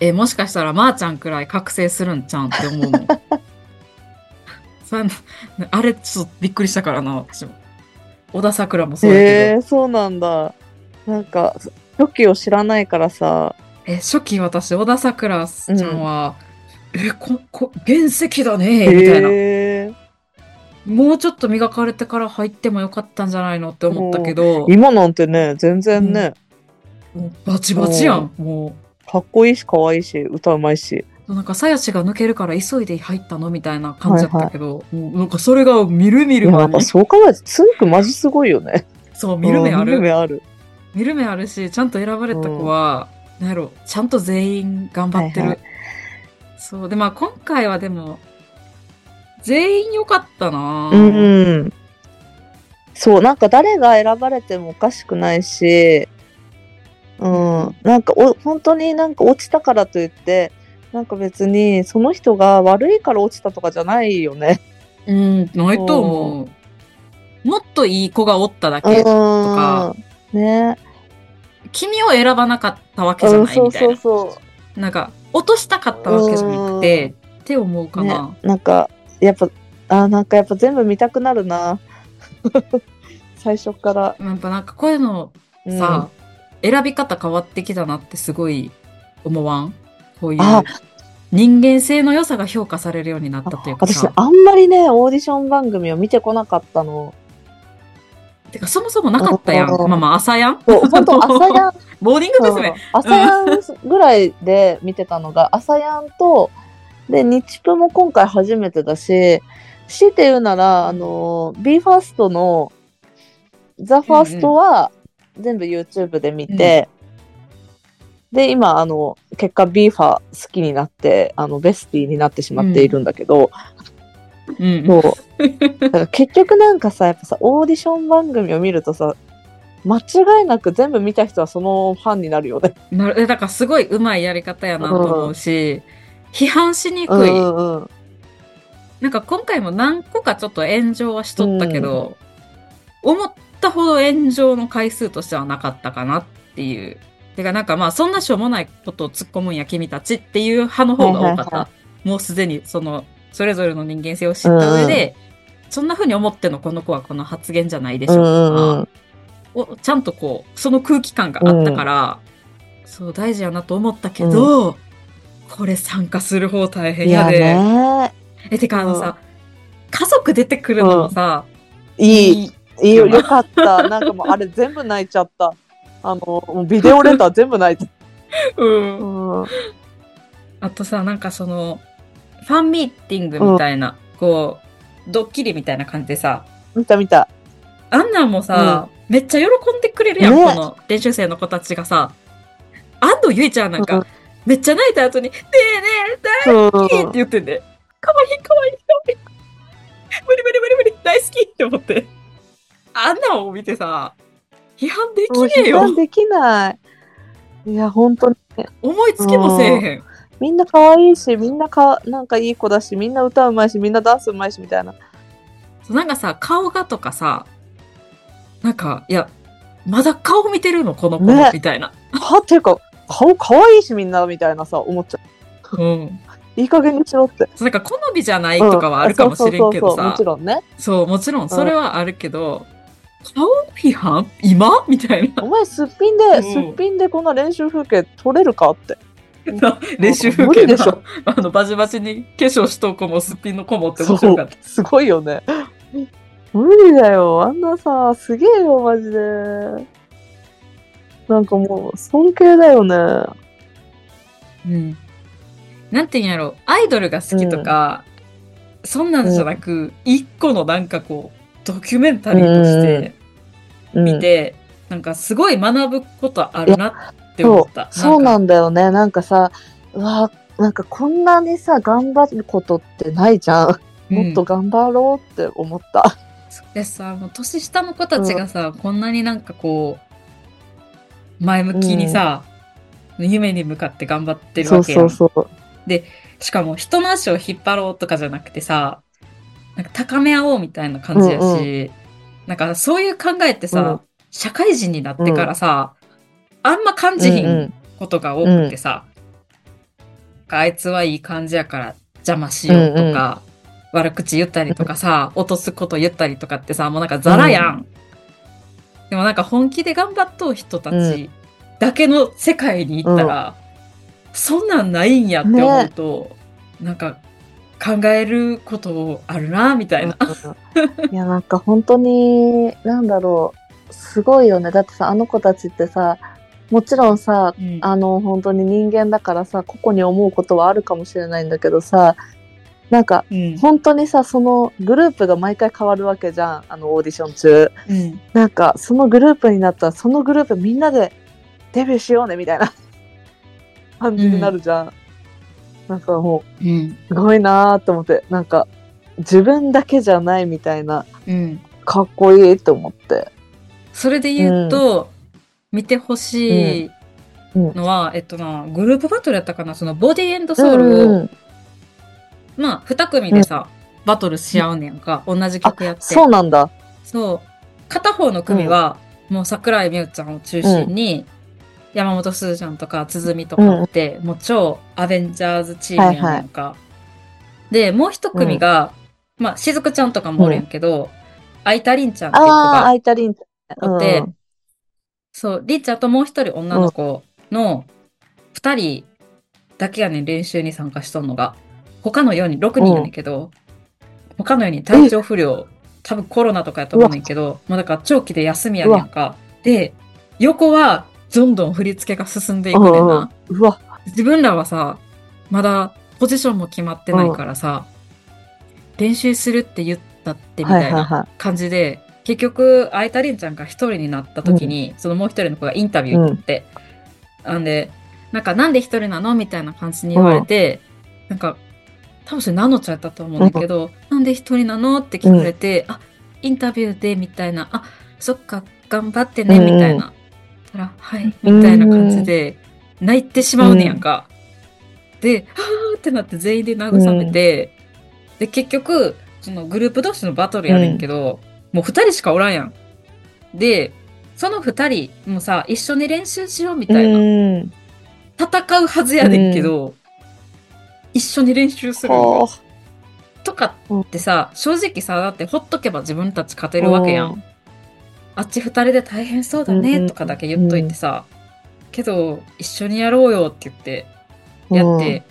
え、もしかしたらまーちゃんくらい覚醒するんちゃうんって思うもん。 それあれ、ちょっとびっくりしたからな、私も。小田桜もそうだへけえー、そうなんだ。なんか、初期を知らないからさ。ど、え、初期私、小田桜ちゃんは、え、こ、こ、原石だね、みたいな。へーもうちょっと磨かれてから入ってもよかったんじゃないのって思ったけど、今なんてね、全然ね、もうバチバチやん、もかっこいいし、可愛いし、歌うまいし。う。なんか、鞘師が抜けるから急いで入ったのみたいな感じだったけど、もうなんかそれがみるみでるもな間んか、にそう考えると、つんくマジすごいよね。そう、 見る目あうん見るる。目ある。見る目あるし、ちゃんと選ばれた子は、なんやろ、ちゃんと全員頑張ってはる。いはそう。で、まあ今回はでも、全員良かったなぁうん。そう、なんか誰が選ばれてもおかしくないし、うん、なんかお、本当になんか落ちたからといって、なんか別にその人が悪いから落ちたとかじゃないよね。うん、ないと思う。もっといい子がおっただうんけ。。ね。君を選ばなかったわけじゃうん、ないそうみたいそうな。そなんか、落としたかったわけじゃなくて、って思うかな。う。なんか、やっぱ、あー、なんかやっぱ全部見たくなるな。 最初から。やっぱなんかこういうのうんさ、選び方変わってきたなってすごい思わんこういうあ人間性の良さが評価されるようになったというか私ねさ、あんまりね、オーディション番組を見てこなかったの。てかそもそもなかったやん。うんまあまあ朝やんそう、本当朝やん ボーディング娘。朝やんぐらいで見てたのが、朝やんと、で、日プも今回初めてだし、強いて言うなら、あの、BE:FIRST の、ザ・ファーストは全部 YouTube で見て、で、今、あの、結果 b ファ好きになって、あの、ベスティになってしまっているんだけど、うん。そう。だから結局なんかさ、やっぱさ、オーディション番組を見るとさ、間違いなく全部見た人はそのファンになるよね。なるえだからすごい上手いやり方やなと思うし、批判しにくい。うんうんうんなんか今回も何個かちょっと炎上はしとったけど、思ったほど炎上の回数としてはなかったかなっていう。てかなんかまあそんなしょうもないことを突っ込むんや君たちっていう派の方が多かはいはっいはた。もうすでにその、それぞれの人間性を知った上で、そんな風に思ってんのこの子はこの発言じゃないでしょとうんうんうんか、をちゃんとこう、その空気感があったから、そう大事やなと思ったけど、これ参加する方大変いややで。ねえ、てかあのうさ、家族出てくるのもさ、いい、いいいよ、よかった。なんかもう、あれ全部泣いちゃった。あの、もうビデオレター全部泣いちゃっうた。ん。うん。あとさ、なんかその、ファンミーティングみたいな、こう、ドッキリみたいな感じでさ、見た見た。あんなんもさ、めっちゃ喜んでくれるやん、ねこの練習生の子たちがさ。安藤ゆいちゃんなんか、うんめっちゃ泣いた後に、ねえねえ、うん。大好きって言ってんで、かわいいかわいいかわいい。無理無理無理無理、大好きって思って。あんなんを見てさ、批判でもうきねえ批判よ。できない。いや、本当に。思いつきもせえへん。みんな可愛いし、みんなか、なんかいい子だし、みんな歌うまいし、みんなダンスうまいし、みたいな。そうなんかさ、顔がとかさ、なんか、いや、まだ顔見てるのこの子、ねみたいな。は、っていうか、顔可愛いし、みんな、みたいなさ、思っちゃうん。う。いい加減にしろって。そうなんか好みじゃないとかはあるかもしれんけうどそうそうそうもさち。ろんね。そう、もちろん、それはあるけど、顔批判今みたいな お。前、すっぴんで、んすっぴんでこんな練習風景撮れるかって。練習風景無理でしのょ、 あの、バチバチに化粧しとう子もすっぴんの子もってそ面白かっう。すごいよね。無理だよ。あんなさ、すげえよ、マジで。なんかもう、尊敬だよね。うん。なんて言うんやろ、アイドルが好きとか、そんなんじゃなく、一個のなんかこう、ドキュメンタリーとしてうん、見て、なんかすごい学ぶことあるなって思った。そうなんかんだよね。なんかさ、うわ、なんかこんなにさ、頑張ることってないじゃん。もっとうん頑張ろうって思った。でさ、もう年下の子たちがさ、こんなになんかこう、前向きにさ、夢に向かって頑張ってるそわうけやそんうそう。しかも人の足を引っ張ろうとかじゃなくてさ、なんか高め合おうみたいな感じやし、うんうなんかそういう考えってさ、うん社会人になってからさ、あんま感じひうんんことが多くてさ、なんかあいつはいい感じやから邪魔しようとか、悪口言ったりとかさ、 落とすこと言ったりとかってさ、もうなんかザラやん。でもなんか本気で頑張っとう人たちだけの世界に行ったら、そんなんないんやって思うと、なんか考えることあるな、みたいな。うんいや、なんか本当に、なんだろう。すごいよね。だってさ、あの子たちってさ、もちろんさ、うんあの、本当に人間だからさ、個々に思うことはあるかもしれないんだけどさ、なんか、うん本当にさ、そのグループが毎回変わるわけじゃん。あの、オーディション中。うんなんかそのグループになったらそのグループみんなでデビューしようねみたいな感じになるじゃん、なんかもうんうすごいなーって思ってなんか自分だけじゃないみたいなうんかっこいいと思ってそれで言うと、見てほしいのは、えっとな、グループバトルやったかな、そのボディエンドソウルを、うんまあ、二組でさ、バトルし合うねんか、同じ曲やって。そうなんだそう。片方の組は、もう桜井美桜ちゃんを中心に、山本すずちゃんとか鼓とかって、もう超アベンジャーズチームやねんか。で、もう一組が、まあ、しずくちゃんとかもおるんやけど、あいたりんちゃんっていう子ああがあいたりんちゃんおって、そう、りんちゃんともう一人女の子の二人だけやねん、練習に参加しとんのが。他の4人、6人やねんけど、他の4人体調不良、多分コロナとかやと思うねんけど、もうだから長期で休みやねんか。で、横はどんどん振り付けが進んでいくねんな。うんうわ自分らはさ、まだポジションも決まってないからさ、練習するって言ったってみはたいいはいなは感じで、結局、あいたりんちゃんが一人になった時に、そのもう一人の子がインタビュー取って、なんで、なんか、なんで一人なのみたいな感じに言われて、なんか、多分それナノちゃんだと思うんだけど、なんで一人なのって聞かれて、あ、インタビューで、みたいな、あ、そっか、頑張ってね、うんみたいな。たら、はい、うんみたいな感じで、泣いてしまうねやんか。で、はーってなって全員で慰めて、で、結局、そのグループ同士のバトルやねんけど、もう二人しかおらんやん。で、その二人もさ、一緒に練習しようみいたいな。うん戦うはずやねんけど、一緒に練習するんよほとかってさ、正直さ、だってほっとけば自分たち勝てるわけやん。うんあっち二人で大変そうだうんうねんとかだけ言っといてさ、けど一緒にやろうよって言ってやって、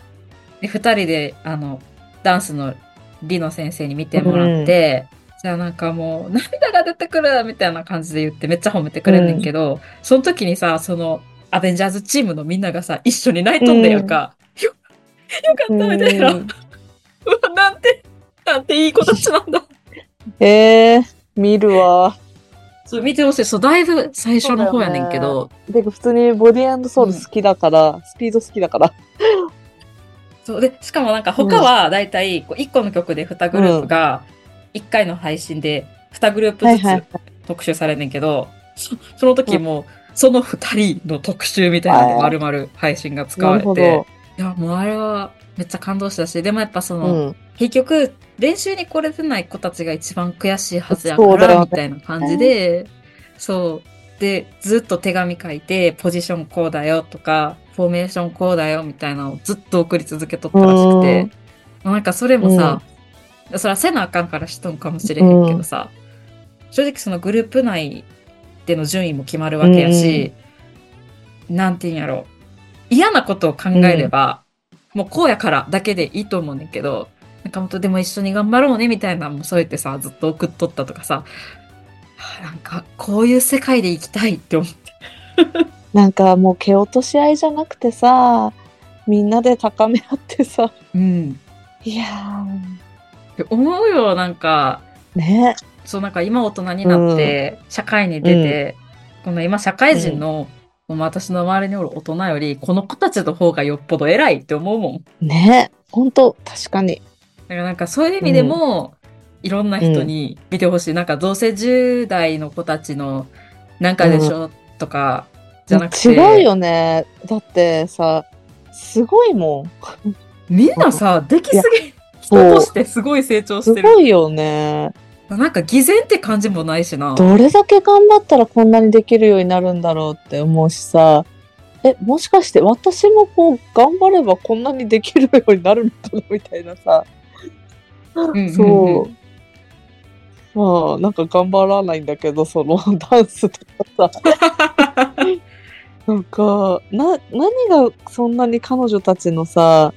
で二人であのダンスの理の先生に見てもらって、じゃあなんかもう涙が出てくるみたいな感じで言ってめっちゃ褒めてくれんねんけど、その時にさそのアベンジャーズチームのみんながさ一緒に泣いとんだよか、よよかったみたいな、ううんわなんてなんていい子たちなんだえー、見るわそう見てほしいそうだいぶ最初の方やねんけどで普通にボディソウル好きだから、スピード好きだからそうで、しかもなんか他はだいたいこう1個の曲で2グループが1回の配信で2グループはいずつはいはい特集されんねんけど、そその時もその2人の特集みたいなのが丸々配信が使わなれるほてど、いや、もうあれはめっちゃ感動したし、でもやっぱそうの、ん結局練習に来れてない子たちが一番悔しいはずやかそうだら、よねみたいな感じで、そう。で、ずっと手紙書いて、ポジションこうだよとか、フォーメーションこうだよみたいなのをずっと送り続けとったらしくて、なんかそれもさ、そらせなあかんからしとんかもしれへんけどさ、正直そのグループ内での順位も決まるわけやし、なんて言うんやろ、嫌なことを考えれば、もうこうやからだけでいいと思うねんけど、仲本でも一緒に頑張ろうねみたいなのもそうやってさ、ずっと送っとったとかさ、はあなんかこういう世界で生きたいって思って。なんかもう蹴落とし合いじゃなくてさ、みんなで高め合ってさ。うん。いやー、って思うよ、なんか、ね。そうなんか今大人になって、社会に出て、この今社会人の、もう私の周りにおる大人より、この子たちの方がよっぽど偉いって思うもん。ね。ほんと、確かに。だからなんかそういう意味でも、いろんな人に見てほしい。なんかどうせ10代の子たちのなんかでしょ、とかじゃなくて。違うよね。だってさ、すごいもん。みんなさ、できすぎ、人そうとしてすごい成長すしてる。ごいよね。なんか偽善って感じもないしな。どれだけ頑張ったらこんなにできるようになるんだろうって思うしさ。え、もしかして私もこう頑張ればこんなにできるようになるのかなみたいなさ。んそう。まあ、なんか頑張らないんだけど、そのダンスとかさ、なんか、な、何がそんなに彼女たちのさ、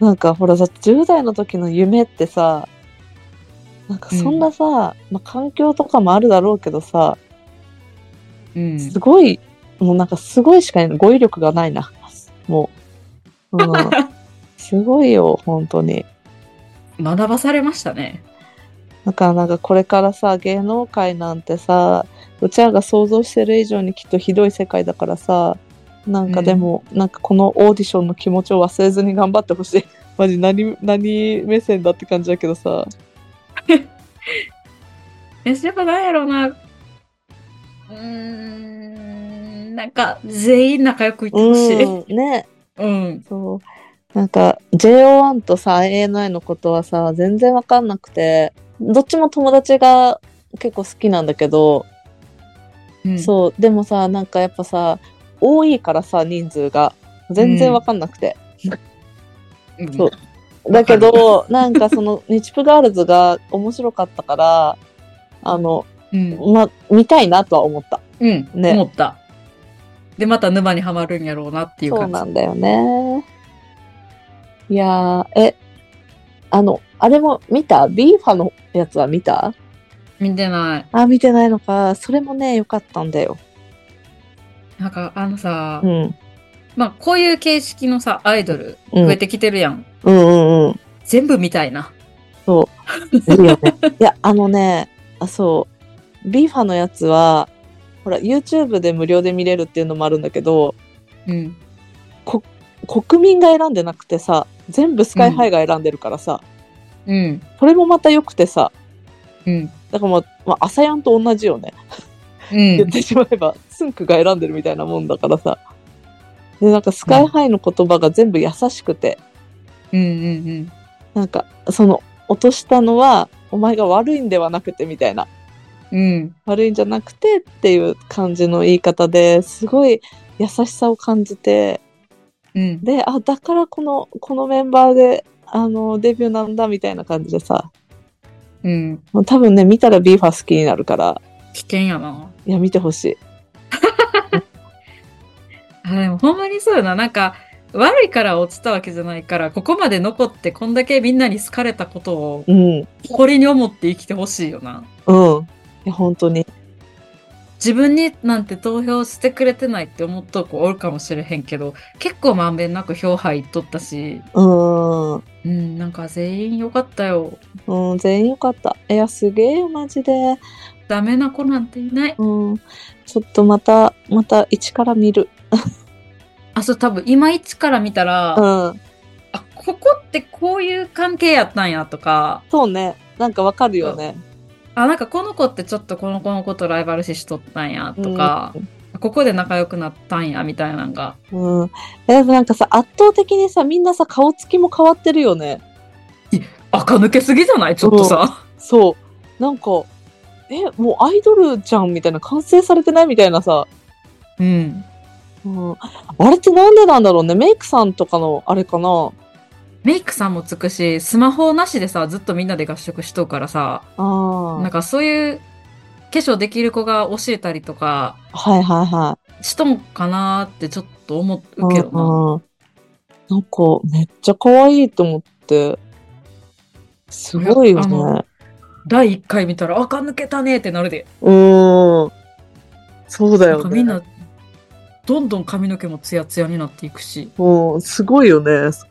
なんかほらさ、10代の時の夢ってさ、なんかそんなさ、まあ環境とかもあるだろうけどさ、 うんすごい、もうなんかすごいしか語彙力がないな、もう。うん、 すごいよ、本当に。学ばされましたね。だからなんかこれからさ芸能界なんてさうちらが想像してる以上にきっとひどい世界だからさなんかでも、なんかこのオーディションの気持ちを忘れずに頑張ってほしい マジ何何目線だって感じだけどさえ、やっぱなんやろうな。うーん、なんか全員仲良くいってほしい。うんねうん。そうなんか JO1 とさ ANI のことはさ全然わかんなくてどっちも友達が結構好きなんだけど、うんそうでもさなんかやっぱさ多いからさ人数が全然わかんなくて、うんそうだけど、なんかそ の、日プガールズが面白かったから、あの、うん。ま、見たいなとは思った。うん、ね思った。で、また沼にはまるんやろうなっていうそ感うじ。なんだよね。いやー、え、あの、あれも見たビーファのやつは見た見てなあ、見てないのか。それもね、良かったんだよ。い。なんか、あのさ、うん。まあ、こういう形式のさ、アイドル、うん増えてきてるやん。うんうんうん。全部見たいな。いいよ ね。いや、あのね、あ、そう。ビーファのやつは、ほら、YouTube で無料で見れるっていうのもあるんだけど、うん。国民が選んでなくてさ全部スカイハイが選んでるからさ、うん。これもまた良くてさうん。だからまあ、まあ、アサヤンと同じよね、う言っん。てしまえばスンクが選んでるみたいなもんだからさでなんかスカイハイの言葉が全部優しくて、うん。うん。なんかその落としたのはお前が悪いんではなくてみたいなうん。悪いんじゃなくてっていう感じの言い方ですごい優しさを感じてうん。で、あ、だからこの、このメンバーで、あの、デビューなんだみたいな感じでさ、うん。もう多分ね、見たらビーファ好きになるから、危険やな。いや、見てほしい。あ、でもほんまにそうやな。なんか、悪いから落ちたわけじゃないから、ここまで残ってこんだけみんなに好かれたことをうん、誇りに思って生きてほしいよな。うん。いや、本当に。自分になんて投票してくれてないって思っとう子おるかもしれへんけど結構まんべんなく票入っとったしうーん。うんなんか全員良かったようん、全員よかった。いや、すげえよ、マジで。ダメな子なんていないうん。ちょっとまた、また一から見る。あそう多分今一から見たら、うん。あここってこういう関係やったんやとかそうね。なんかわかるよね。あなんかこの子ってちょっとこの子の子とライバル視しとったんやとか、ここで仲良くなったんやみたいなのがうん。え、でもなんかさ、圧倒的にさ、みんなさ、顔つきも変わってるよね。垢抜けすぎじゃないちょっとさそう。なんか、え、もうアイドルじゃんみたいな、完成されてないみたいなさ、うんうん、あれってなんでなんだろうね。メイクさんとかのあれかな。メイクさんもつくしスマホなしでさずっとみんなで合宿しとうからさあなんかそういう化粧できる子が教えたりとかあ。はいはいはしとんかなーってちょっと思い。うけどな。うんうんなんか、めっちゃ可愛いと思って、すごいよいやあね。第1回見たら、垢抜けたねってなるで。うーん。そうだなんよかね。みんな、どんどん髪の毛もツヤツヤになっていくし。うん、すごいよね。そ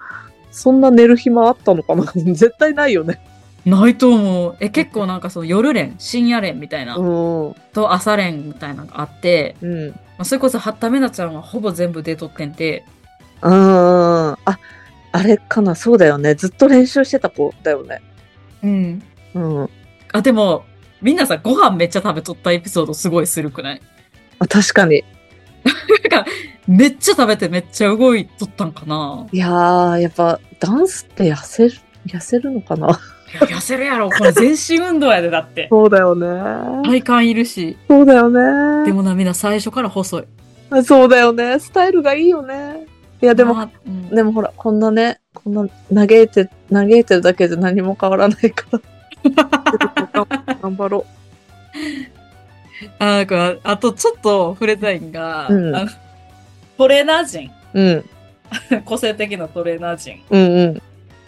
そんな寝る暇あったのかな 絶対ないよね。ないと思う。え、結構なんかその夜練、深夜練みたいな、うん。うん。と朝練みたいなのがあって、うん。まあ、それこそ、はっためなちゃんはほぼ全部出とってんて、あ、あれかなそうだよね。ずっと練習してた子だよね。うん。うん。ああ、でも、みんなさ、ご飯めっちゃ食べとったエピソードすごいするくない確かに。めっちゃ食べてめっちゃ動いとったんかないやー、やっぱダンスって痩せる、痩せるのかない や、痩せるやろ。これ全身運動やで、だって。そうだよね。体幹いるし。そうだよでね。もな、みんな最初から細い。そうだよね。スタイルがいいよね。いや、でも、まあうんでもほら、こんなね、こんな嘆いて、嘆いてるだけじゃ何も変わらないから。頑張ろあなんかあとちょっと触れたいんが、うんあのトレーナー陣、 う。うん。個性的なトレーナー陣。うんうん。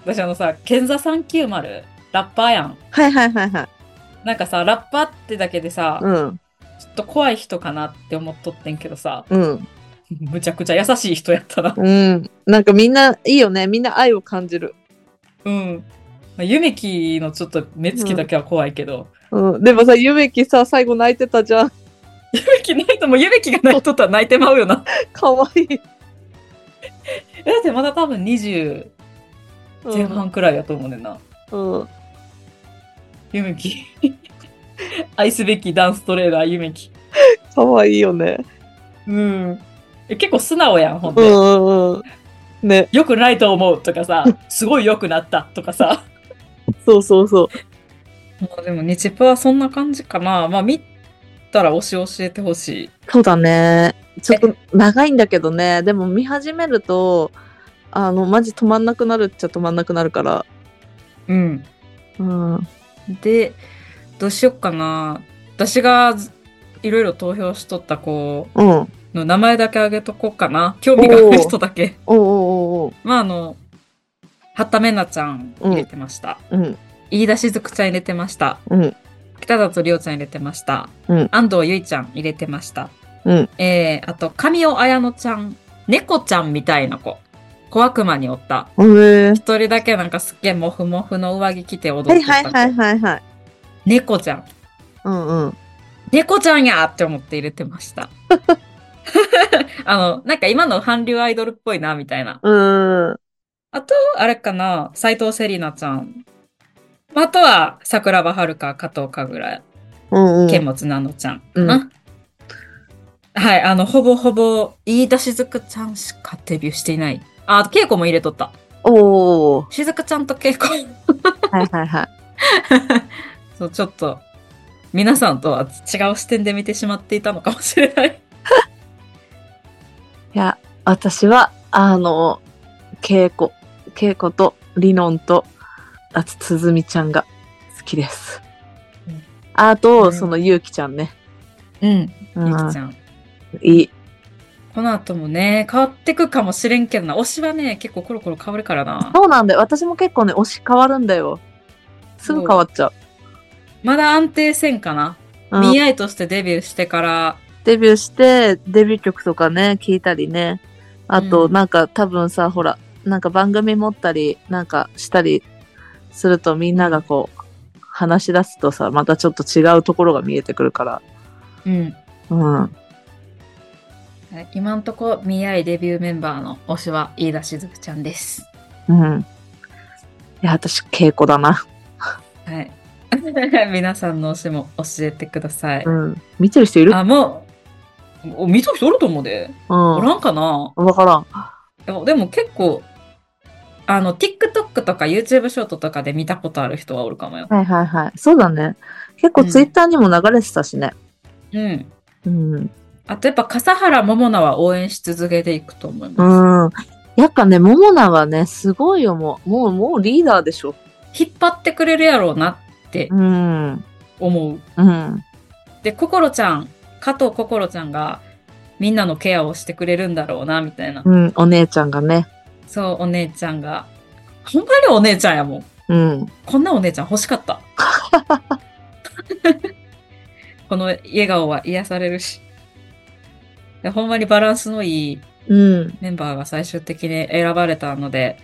私あのさ、ケンザ390、ラッパーやん。はいはいはいはい。なんかさ、ラッパーってだけでさ、うん。ちょっと怖い人かなって思っとってんけどさ、うん。むちゃくちゃ優しい人やったな。 うん。なんかみんな、いいよね。みんな愛を感じる。うん。まあ、ユミキのちょっと目つきだけは怖いけど、うん。でもさ、ゆめきさ、最後泣いてたじゃん。 ユミキ泣いてもユミキが泣いとったら泣いてまうよな。かわいい。えだってまだ多分20うん前半くらいやと思うねんな。うん。ゆめき。 愛すべきダンストレーナー、ゆめき。かわいいよね。うん。え結構素直やん、ほんうで。んうんうん。ね。よくないと思うとかさ、 すごい良くなったとかさ。そうそうそう。 まあでも、日プはそんな感じかな。まあ見たら推し教えてほしい。そうだね。ちょっと長いんだけどね。でも見始めると、あの、マジ止まんなくなるっちゃ止まんなくなるから。うん。うん。で、どうしよっかな。私がずいろいろ投票しとった子うん。おうの名前だけあげとこうかな。興味がある人だけ。おうおうおう。まああの、はためなちゃん入れてました。うん。飯田しずくちゃん入れてました。うん。北里亮ちゃん入れてました。うん安藤ゆいちゃん入れてました。うん。えー、あと、神尾綾乃ちゃん、猫ちゃんみたいな子。小悪魔におった。うえー。一人だけなんかすっげえモフモフの上着着て踊っはていたはい子。はいはいはい。猫ちゃん。うんうん。猫ちゃんやって思って入れてました。 あの、なんか今の韓流アイドルっぽいな、みたいな。うん。あと、あれかな、斎藤セリナちゃん。あとは、桜庭遥香、加藤かぐら、うんうん。剣持なのちゃんかな。はい、あの、ほぼほぼ、飯田しずくちゃんしかデビューしていない。あ、稽古も入れとった。おお。しずくちゃんと稽古。はいはいはい。 そう、ちょっと、皆さんとは違う視点で見てしまっていたのかもしれない。いや、私は、あの、稽古、稽古と、りのんと、あと、つづみちゃんが好きですうん。あと、うんその、ゆうきちゃんね。うん、うゆん。きちゃん。いい。この後もね、変わってくかもしれんけどな。推しはね、結構コロコロ変わるからな。そうなんだよ。私も結構ね、推し変わるんだよ。すぐ変わっちゃう。まだ安定せんかな。うん BI としてデビューしてから、デビューして、デビュー曲とかね、聞いたりね。あと、うんなんか多分さ、ほら、なんか番組持ったり、なんかしたりするとみんながこう、話し出すとさ、またちょっと違うところが見えてくるから。うん。うん。今んとこ BI デビューメンバーの推しは飯田しずくちゃんです。うん。いや、私、稽古だな。はい。 皆さんの推しも教えてください。うん。見てる人いるあ、もう、お見た人おると思うで。うおん。らんかなわからん。でもでも結構、あの、TikTok とか YouTube ショートとかで見たことある人はおるかもよ。はいはいはい。そうだね。結構うんツイッターにも流れてたしね。うん。うんあとやっぱ笠原桃奈は応援し続けていくと思います。うん。やっぱね、モモナはね、すごいよ、もう。もう、もうリーダーでしょ。引っ張ってくれるやろうなってうん。うん。思う。うんで、心ちゃん、加藤心ちゃんがみんなのケアをしてくれるんだろうな、みたいな。うん。お姉ちゃんがね。そう、お姉ちゃんが。ほんまにお姉ちゃんやもん。うん。こんなお姉ちゃん欲しかった。 この笑顔は癒されるし。でほんまにバランスのいいうん。メンバーが最終的に選ばれたので、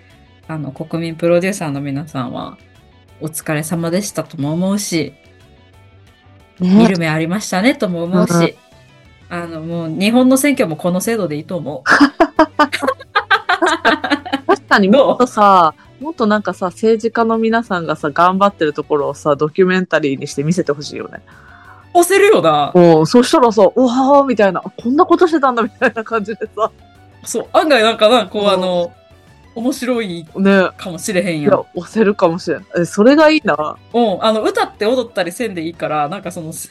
あの、国民プロデューサーの皆さんは、お疲れ様でしたとも思うし、見ねる目ありましたねとも思うし、あの、もう日本の選挙もこの制度でいいと思確かにどうもっとさ、もっとなんかさ、政治家の皆さんがさ、頑張ってるところをさ、ドキュメンタリーにして見せてほしいよね。う。押せるよな。うん、そしたらさ、うわーみたいな、こんなことしてたんだみたいな感じでさ、そう、案外なんかな、こううんあの、面白いね、かもしれへんいややん。、押せるかもしれん。え、それがいいな。うん、あの、歌って踊ったりせんでいいから、なんかその、 す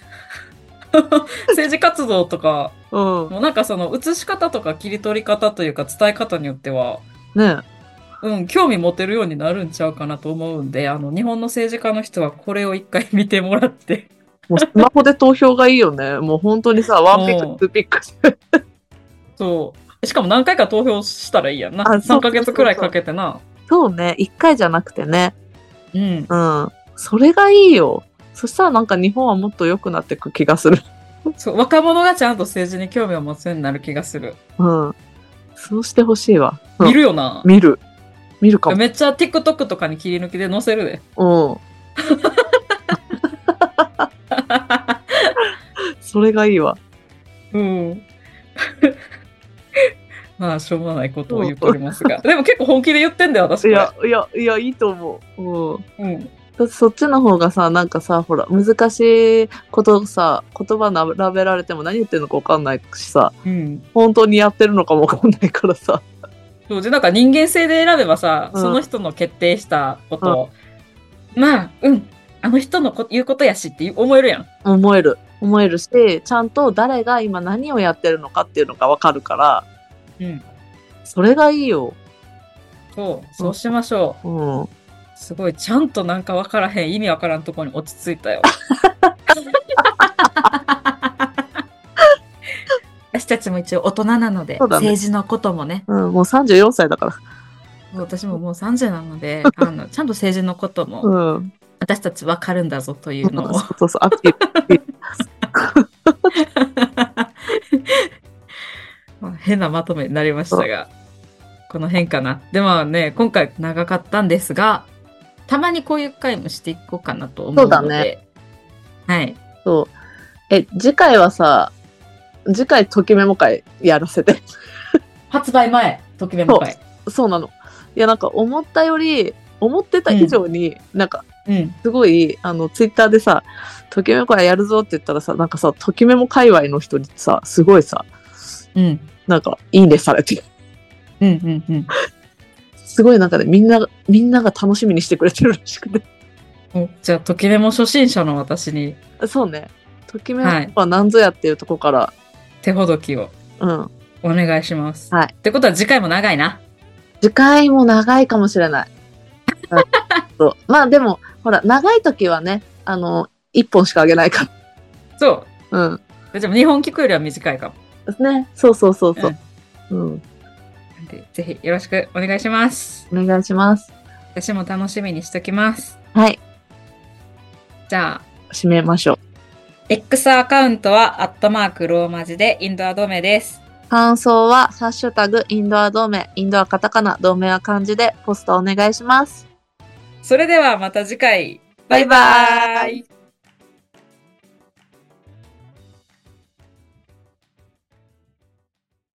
政治活動とか、うん。もうなんかその映し方とか切り取り方というか伝え方によっては、ねうん、興味持てるようになるんちゃうかなと思うんで、あの、日本の政治家の人はこれを一回見てもらって。もうスマホで投票がいいよね。もう本当にさ、ワンピック、ツーピックして。そう。しかも何回か投票したらいいやんな。あそう3ヶ月くらいかけてな。そうね、一回じゃなくてね。うん。うん。それがいいよ。そしたらなんか日本はもっと良くなっていく気がする。そう、若者がちゃんと政治に興味を持つようになる気がする。うん。そうしてほしいわ。うんいるよな。見る。見るかめっちゃ TikTok とかに切り抜きで載せるで。も。うん。それがいいわ。うん。 まあ、しょうがないことを言っておりますが。でも結構本気で言ってんだよ、私いこや、いれ。や、いや、いいと思う。うん。うん。だってそっちの方がさ、なんかさ、ほら、難しいことさ、言葉並べられても何言ってるのか分かんないしさ、うん。本当にやってるのかも分かんないからさ。そうで、なんか人間性で選べばさ、うんその人の決定したことを、まあ、うん。あの人のこ言うことやしって思えるやん。思える。思えるし、ちゃんと誰が今何をやってるのかっていうのが分かるから、うん。それがいいよ。そう、そうしましょう。うん。すごい、ちゃんとなんかわからへん、意味わからんとこに落ち着いたよ。 私たちも一応大人なので、そうだね政治のこともね、うん、もう34歳だから。私ももう30な ので、あのちゃんと政治のことも、うん。私たちわかるんだぞというのを。そうそうそう、アピール。 まあ変なまとめになりましたが、この辺かな。でもね、今回長かったんですが、たまにこういう回もしていこうかなと思うのそで。うだねはい。 そう。え、次回はさ、次回、ときメモ会やらせて。 発売前、ときめも会。そうなの。いや、なんか思ったより、思ってた以上に、なんかうん。すごい、あの、ツイッターでさ、ときめも会やるぞって言ったらさ、なんかさ、ときめも界隈の人にさ、すごいさ、うん。なんか、いいねされてうんうんうん。すごいなんかね、みんな、みんなが楽しみにしてくれてるらしくて。おじゃあ、ときめも初心者の私に そうね。ときめはいもは何ぞやっていうとこから、手ほどきをうん。お願いします。はいってことは次回も長いな。次回も長いかもしれない。うん そうまあでも、ほら、長い時はね、あの、一本しかあげないかそら。うん。う。でも日本聞くよりは短いかも。ね。そうそうそうそう。うん。なんで、ぜひよろしくお願いします。お願いします。私も楽しみにしときます。はい。じゃあ、締めましょう。 X アカウントは、アットマークローマ字で、インドアドメです。感想は、ハッシュタグ、インドア同盟、インドアカタカナ、同盟は漢字で、ポストお願いします。それではまた次回。バイバーイイ